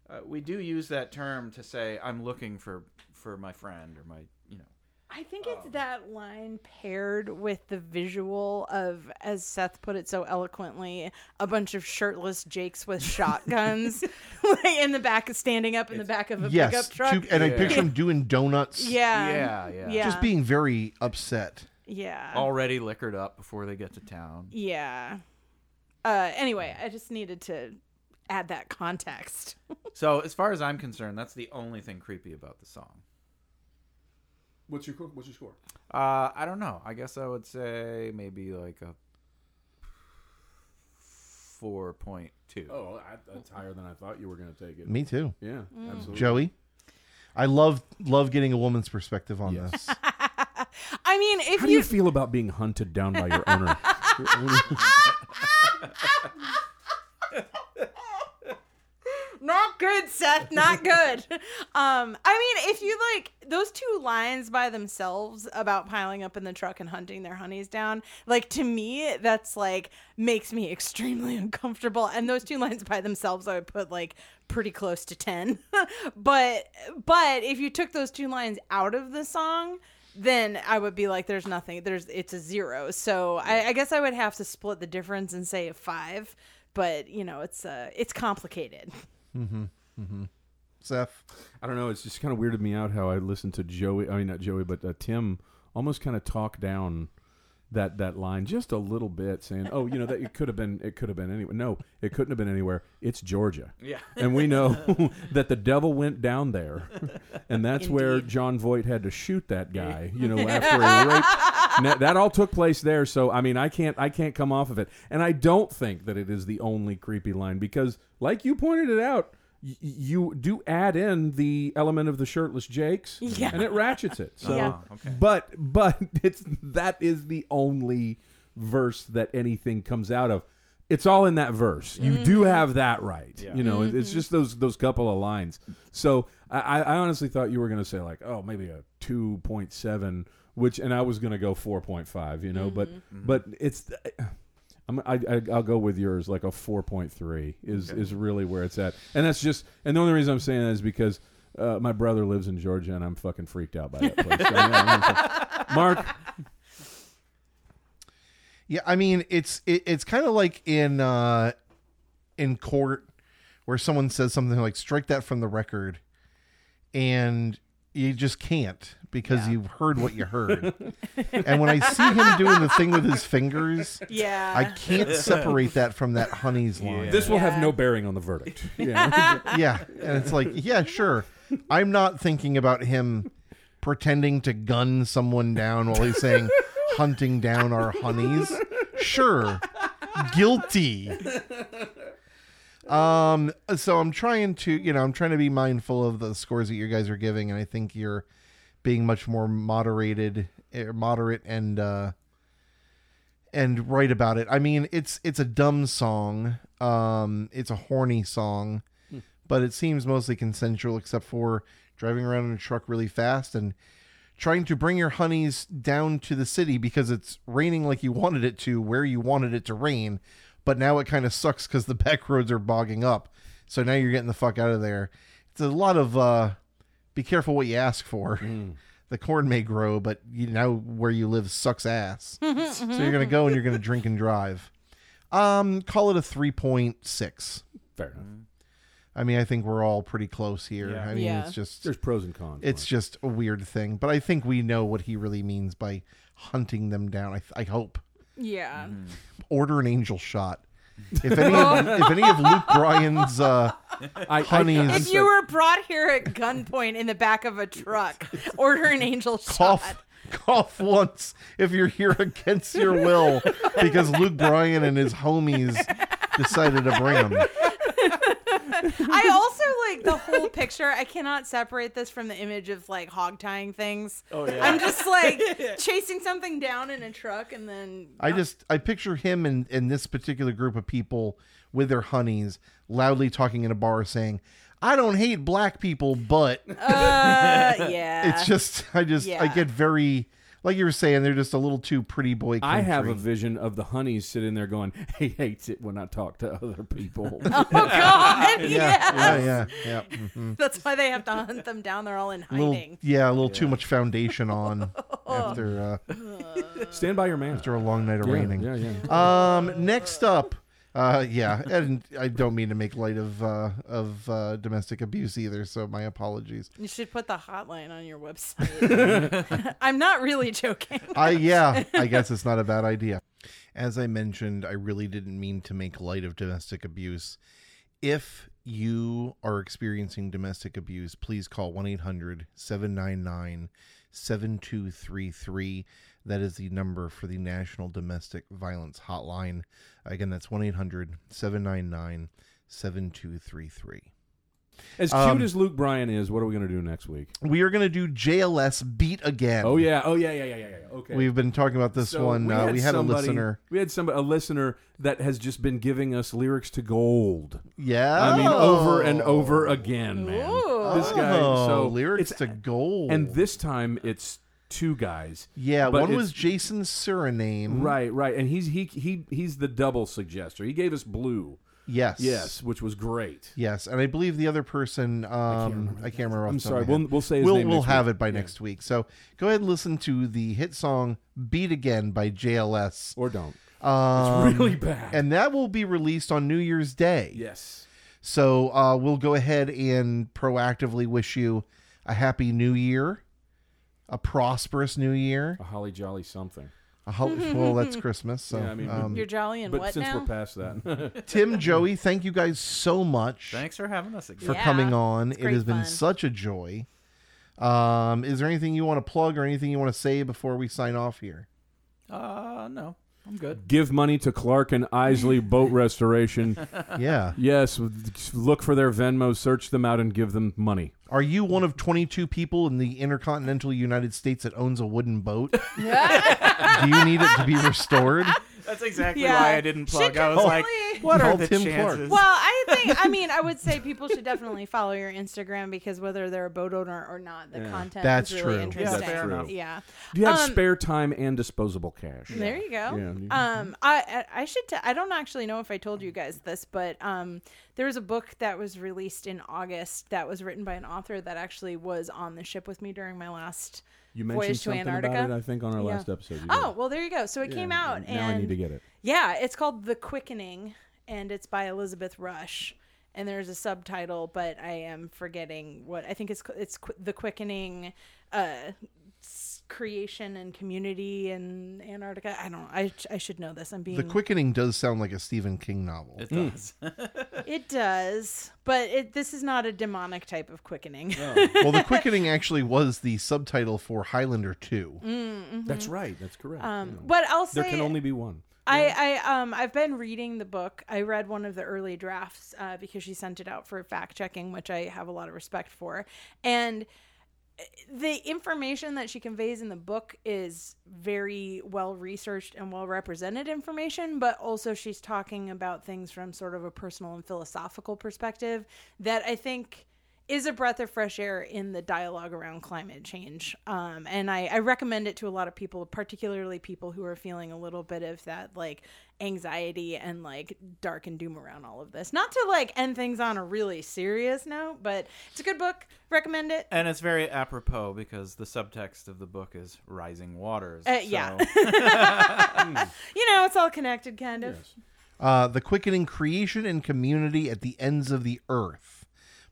[SPEAKER 4] uh, we do use that term to say I'm looking for for my friend or my you know.
[SPEAKER 3] I think it's that line paired with the visual of, as Seth put it so eloquently, a bunch of shirtless jakes with shotguns like, in the back, standing up in the back of a
[SPEAKER 1] yes,
[SPEAKER 3] pickup truck.
[SPEAKER 1] two- and I
[SPEAKER 4] Yeah.
[SPEAKER 1] picture them doing donuts.
[SPEAKER 3] yeah.
[SPEAKER 4] Yeah, yeah.
[SPEAKER 3] Um, Yeah.
[SPEAKER 1] just being very upset.
[SPEAKER 3] Yeah.
[SPEAKER 4] Already liquored up before they get to town.
[SPEAKER 3] yeah. Uh, anyway, I just needed to add that context.
[SPEAKER 4] So as far as I'm concerned, that's the only thing creepy about the song.
[SPEAKER 2] What's your co- what's your score?
[SPEAKER 4] Uh, I don't know. I guess I would say maybe like a four point two.
[SPEAKER 2] Oh, I, that's higher than I thought you were going to take it.
[SPEAKER 1] Me too,
[SPEAKER 2] Yeah, absolutely.
[SPEAKER 1] Joey. I love love getting a woman's perspective on this.
[SPEAKER 3] I mean, if
[SPEAKER 2] How do you feel about being hunted down by your owner? Your owner-
[SPEAKER 3] not good seth not good um i mean if you like those two lines by themselves about piling up in the truck and hunting their honeys down like to me that's like makes me extremely uncomfortable and those two lines by themselves i would put like pretty close to 10 but but if you took those two lines out of the song then I would be like, there's nothing. There's it's a zero. So I, I guess I would have to split the difference and say a five. But you know, it's uh, it's complicated.
[SPEAKER 1] Seth,
[SPEAKER 2] I don't know. It's just kind of weirded me out how I listened to Joey. I mean, not Joey, but uh, Tim almost kind of talk down that that line just a little bit, saying, "Oh, you know that it could have been it could have been anywhere." No, it couldn't have been anywhere. It's Georgia,
[SPEAKER 4] Yeah.
[SPEAKER 2] and we know that the devil went down there, and that's where John Voight had to shoot that guy. You know, after he raped. Now, that all took place there, so I mean, I can't, I can't come off of it, and I don't think that it is the only creepy line because, like you pointed it out, y- you do add in the element of the shirtless Jakes,
[SPEAKER 6] Yeah.
[SPEAKER 2] and it ratchets it. So,
[SPEAKER 4] Yeah. Oh, okay.
[SPEAKER 2] but but it's that is the only verse that anything comes out of. It's all in that verse. You do have that right.
[SPEAKER 4] Yeah.
[SPEAKER 2] You know, it- it's just those those couple of lines. So I, I I honestly thought you were going to say like, oh, maybe a two point seven, which, and I was going to go four point five. You know, but but it's. I'm, I, I, I'll go with yours. Like a 4.3 is is really where it's at, and that's just. And the only reason I'm saying that is because uh, my brother lives in Georgia, and I'm fucking freaked out by that place. So, yeah, I'm- Mark,
[SPEAKER 1] Yeah, I mean it's it, it's kind of like in uh in court where someone says something like strike that from the record and you just can't because you've heard what you heard. and when I see him doing the thing with his fingers,
[SPEAKER 3] Yeah.
[SPEAKER 1] I can't separate that from that honey's line.
[SPEAKER 2] this will have
[SPEAKER 3] Yeah.
[SPEAKER 2] no bearing on the verdict. Yeah,
[SPEAKER 1] yeah and it's like yeah sure i'm not thinking about him pretending to gun someone down while he's saying hunting down our honeys sure guilty um so i'm trying to you know i'm trying to be mindful of the scores that you guys are giving and i think you're being much more moderated er, moderate and uh and right about it i mean it's it's a dumb song um it's a horny song but it seems mostly consensual except for driving around in a truck really fast and trying to bring your honeys down to the city because it's raining like you wanted it to where you wanted it to rain but now it kind of sucks because the back roads are bogging up so now you're getting the fuck out of there it's a lot of uh be careful what you ask for the corn may grow but you know where you live sucks ass so you're gonna go and you're gonna drink and drive um call it a 3.6
[SPEAKER 2] fair enough.
[SPEAKER 3] Mm.
[SPEAKER 1] I mean, I think we're all pretty close here.
[SPEAKER 4] Yeah.
[SPEAKER 1] I mean,
[SPEAKER 6] Yeah.
[SPEAKER 1] it's just
[SPEAKER 2] There's pros and cons.
[SPEAKER 1] it's just a weird thing, but I think we know what he really means by hunting them down. I, I hope
[SPEAKER 3] yeah.
[SPEAKER 1] order an angel shot. If any of, if any of Luke Bryan's uh,
[SPEAKER 2] Mark. I, I-
[SPEAKER 1] honeys
[SPEAKER 3] If you were brought here at gunpoint in the back of a truck, order an angel shot.
[SPEAKER 1] cough cough once if you're here against your will because Luke Bryan and his homies decided to bring him.
[SPEAKER 3] I also like the whole picture. I cannot separate this from the image of like hog tying things. Oh yeah. I'm just like chasing something down in a truck and then
[SPEAKER 1] I just I picture him and and this particular group of people with their honeys loudly talking in a bar saying, "I don't hate black people, but
[SPEAKER 3] uh, yeah.
[SPEAKER 1] it's just I just I
[SPEAKER 3] Yeah.
[SPEAKER 1] get very like you were saying they're just a little too pretty boy. Country.
[SPEAKER 2] I have a vision of the honeys sitting there going, "He hates it when I talk to other people."
[SPEAKER 3] oh god. Yeah.
[SPEAKER 1] yeah yeah yeah mhm.
[SPEAKER 3] That's why they have to hunt them down. They're all in
[SPEAKER 1] little
[SPEAKER 3] hiding.
[SPEAKER 1] yeah a little too much foundation on after uh,
[SPEAKER 2] Stand by your man.
[SPEAKER 1] after a long night of
[SPEAKER 2] Yeah,
[SPEAKER 1] raining.
[SPEAKER 2] yeah, yeah.
[SPEAKER 1] Um, next up, uh, yeah, and I don't mean to make light of uh, of uh, domestic abuse either, so my apologies.
[SPEAKER 3] You should put the hotline on your website. I'm not really joking.
[SPEAKER 1] I yeah, I guess it's not a bad idea. As I mentioned, I really didn't mean to make light of domestic abuse. If you are experiencing domestic abuse, please call 1-800-799-7233. That is the number for the National Domestic Violence Hotline. Again, that's 1-800-799-7233.
[SPEAKER 2] As cute
[SPEAKER 1] Um,
[SPEAKER 2] as Luke Bryan is, what are we going to do next week?
[SPEAKER 1] We are going to do JLS Beat Again.
[SPEAKER 2] Oh yeah, oh yeah, yeah, yeah, yeah. yeah. Okay.
[SPEAKER 1] We've been talking about this
[SPEAKER 2] So
[SPEAKER 1] one. uh, we had
[SPEAKER 2] somebody-
[SPEAKER 1] a listener.
[SPEAKER 2] We had somebody, a listener that has just been giving us lyrics to gold.
[SPEAKER 1] Yeah.
[SPEAKER 2] I mean, over and over again, man.
[SPEAKER 3] Ooh.
[SPEAKER 2] This guy.
[SPEAKER 1] Oh,
[SPEAKER 2] So
[SPEAKER 1] lyrics
[SPEAKER 2] it's-
[SPEAKER 1] to gold.
[SPEAKER 2] and this time it's two guys.
[SPEAKER 1] yeah,
[SPEAKER 2] but
[SPEAKER 1] one was
[SPEAKER 2] it's-
[SPEAKER 1] Jason's surname.
[SPEAKER 2] Right, right, and he's he he he's the double suggester. He gave us blue,
[SPEAKER 1] Yes.
[SPEAKER 2] yes, which was great.
[SPEAKER 1] Yes, and I believe the other person. Um, I can't remember. off
[SPEAKER 2] I'm
[SPEAKER 1] the top of
[SPEAKER 2] sorry,
[SPEAKER 1] my
[SPEAKER 2] we'll
[SPEAKER 1] head.
[SPEAKER 2] we'll say his
[SPEAKER 1] we'll,
[SPEAKER 2] name
[SPEAKER 1] we'll
[SPEAKER 2] next
[SPEAKER 1] have
[SPEAKER 2] week.
[SPEAKER 1] it by next week. So go ahead and listen to the hit song "Beat Again" by JLS,
[SPEAKER 2] or don't.
[SPEAKER 1] um,
[SPEAKER 2] really bad.
[SPEAKER 1] and that will be released on New Year's Day.
[SPEAKER 2] yes,
[SPEAKER 1] So uh, we'll go ahead and proactively wish you a happy New Year. a prosperous new year.
[SPEAKER 2] A holly jolly something.
[SPEAKER 1] A ho- well, that's Christmas. So,
[SPEAKER 2] Yeah, I mean,
[SPEAKER 1] um,
[SPEAKER 3] You're jolly and
[SPEAKER 2] but
[SPEAKER 3] what
[SPEAKER 2] since
[SPEAKER 3] now?
[SPEAKER 2] we're past that,
[SPEAKER 1] Tim, Joey, thank you guys so much
[SPEAKER 4] Thanks for having us again.
[SPEAKER 1] for
[SPEAKER 3] Yeah.
[SPEAKER 1] coming on.
[SPEAKER 3] It's
[SPEAKER 1] It
[SPEAKER 3] great
[SPEAKER 1] has been
[SPEAKER 3] fun.
[SPEAKER 1] such a joy. Um, is there anything you want to plug or anything you want to say before we sign off here?
[SPEAKER 4] Uh, no, I'm good.
[SPEAKER 2] give money to Clark and Isley Boat Restoration.
[SPEAKER 1] Yeah.
[SPEAKER 2] Yes, look for their Venmo, search them out, and give them money.
[SPEAKER 1] Are you one of 22 people in the intercontinental United States that owns a wooden boat? Do you need it to be restored?
[SPEAKER 4] That's exactly
[SPEAKER 3] Yeah.
[SPEAKER 4] why I didn't
[SPEAKER 3] She
[SPEAKER 4] plug. I
[SPEAKER 3] could
[SPEAKER 4] was like,
[SPEAKER 3] really-
[SPEAKER 4] what are
[SPEAKER 1] Call
[SPEAKER 4] the
[SPEAKER 1] Tim Clark.
[SPEAKER 4] chances?
[SPEAKER 3] Well, I think I mean I would say people should definitely follow your Instagram because whether they're a boat owner or not, the content
[SPEAKER 1] That's
[SPEAKER 3] is
[SPEAKER 1] true.
[SPEAKER 3] really
[SPEAKER 1] Yeah,
[SPEAKER 4] that's
[SPEAKER 3] interesting.
[SPEAKER 4] true. enough.
[SPEAKER 3] Yeah.
[SPEAKER 2] Do you have
[SPEAKER 3] Um,
[SPEAKER 2] spare time and disposable cash?
[SPEAKER 3] There you go.
[SPEAKER 2] Yeah, you-
[SPEAKER 3] Um, I I I should. T- I don't actually know if I told you guys this, but um, there was a book that was released in August that was written by an author that actually was on the ship with me during my last
[SPEAKER 2] You mentioned
[SPEAKER 3] voyage to
[SPEAKER 2] something
[SPEAKER 3] Antarctica.
[SPEAKER 2] about it, I think, on our
[SPEAKER 3] Yeah.
[SPEAKER 2] last episode. you
[SPEAKER 3] Oh
[SPEAKER 2] did.
[SPEAKER 3] well, there you go. So it came out, and
[SPEAKER 2] now I need to get it.
[SPEAKER 3] yeah, it's called The Quickening, and it's by Elizabeth Rush. And there's a subtitle, but I am forgetting what I think it's it's Qu- The Quickening, uh, s- creation and community in Antarctica. I don't. I I should know this. I'm being
[SPEAKER 1] The Quickening does sound like a Stephen King novel.
[SPEAKER 4] It does.
[SPEAKER 3] It does, but it, this is not a demonic type of quickening.
[SPEAKER 1] Well, The Quickening actually was the subtitle for Highlander 2.
[SPEAKER 2] That's right. That's correct.
[SPEAKER 3] Mm-hmm. Um, but I'll
[SPEAKER 2] there
[SPEAKER 3] say
[SPEAKER 2] can only be one.
[SPEAKER 3] I, I um I've been reading the book. I read one of the early drafts uh, because she sent it out for fact checking, which I have a lot of respect for, and the information that she conveys in the book is very well researched and well represented information, but also she's talking about things from sort of a personal and philosophical perspective that I think is a breath of fresh air in the dialogue around climate change. Um, and I, I recommend it to a lot of people, particularly people who are feeling a little bit of that like anxiety and like dark and doom around all of this. Not to like end things on a really serious note, but it's a good book. Recommend it.
[SPEAKER 4] And it's very apropos because the subtext of the book is rising waters.
[SPEAKER 3] Uh, yeah.
[SPEAKER 4] so-
[SPEAKER 3] you know, it's all connected, kind of.
[SPEAKER 1] Uh, the Quickening Creation and Community at the Ends of the Earth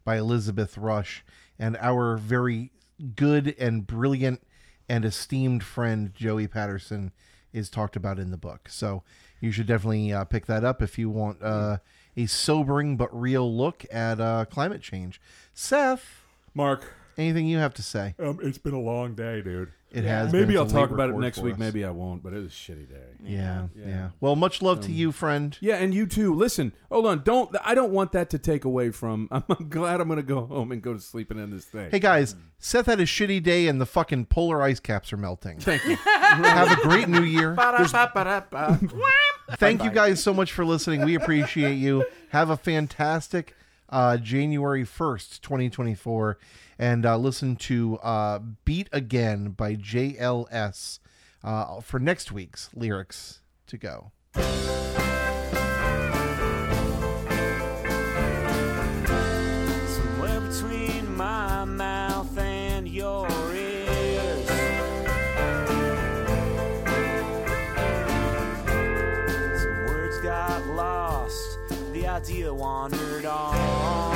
[SPEAKER 1] by Elizabeth Rush and our very good and brilliant and esteemed friend Joey Patterson is talked about in the book. So you should definitely uh, pick that up if you want uh, a sobering but real look at uh, climate change. Seth,
[SPEAKER 6] Mark,
[SPEAKER 1] anything you have to say?
[SPEAKER 6] um, it's been a long day, dude.
[SPEAKER 1] It has. been.
[SPEAKER 2] Maybe
[SPEAKER 1] It's
[SPEAKER 2] I'll
[SPEAKER 1] a
[SPEAKER 2] talk
[SPEAKER 1] late
[SPEAKER 2] about it
[SPEAKER 1] record
[SPEAKER 2] next
[SPEAKER 1] for
[SPEAKER 2] week.
[SPEAKER 1] us.
[SPEAKER 2] Maybe I won't. But it was a shitty day.
[SPEAKER 1] Yeah, yeah. Well, much love to you, friend.
[SPEAKER 2] Yeah, and you too. Listen, hold on. Don't I don't want that to take away from. I'm, I'm glad I'm going to go home and go to sleep and end this thing.
[SPEAKER 1] Hey guys, Seth had a shitty day and the fucking polar ice caps are melting.
[SPEAKER 2] thank you.
[SPEAKER 1] Have a great new year.
[SPEAKER 4] Ba-da-ba-ba-da-ba.
[SPEAKER 1] Thank you guys so much for listening. We appreciate you. Have a fantastic uh, January 1st, 2024. And uh, listen to uh, Beat Again by JLS uh, for next week's lyrics to go.
[SPEAKER 7] somewhere between my mouth and your ears. Some words got lost, the idea wandered off.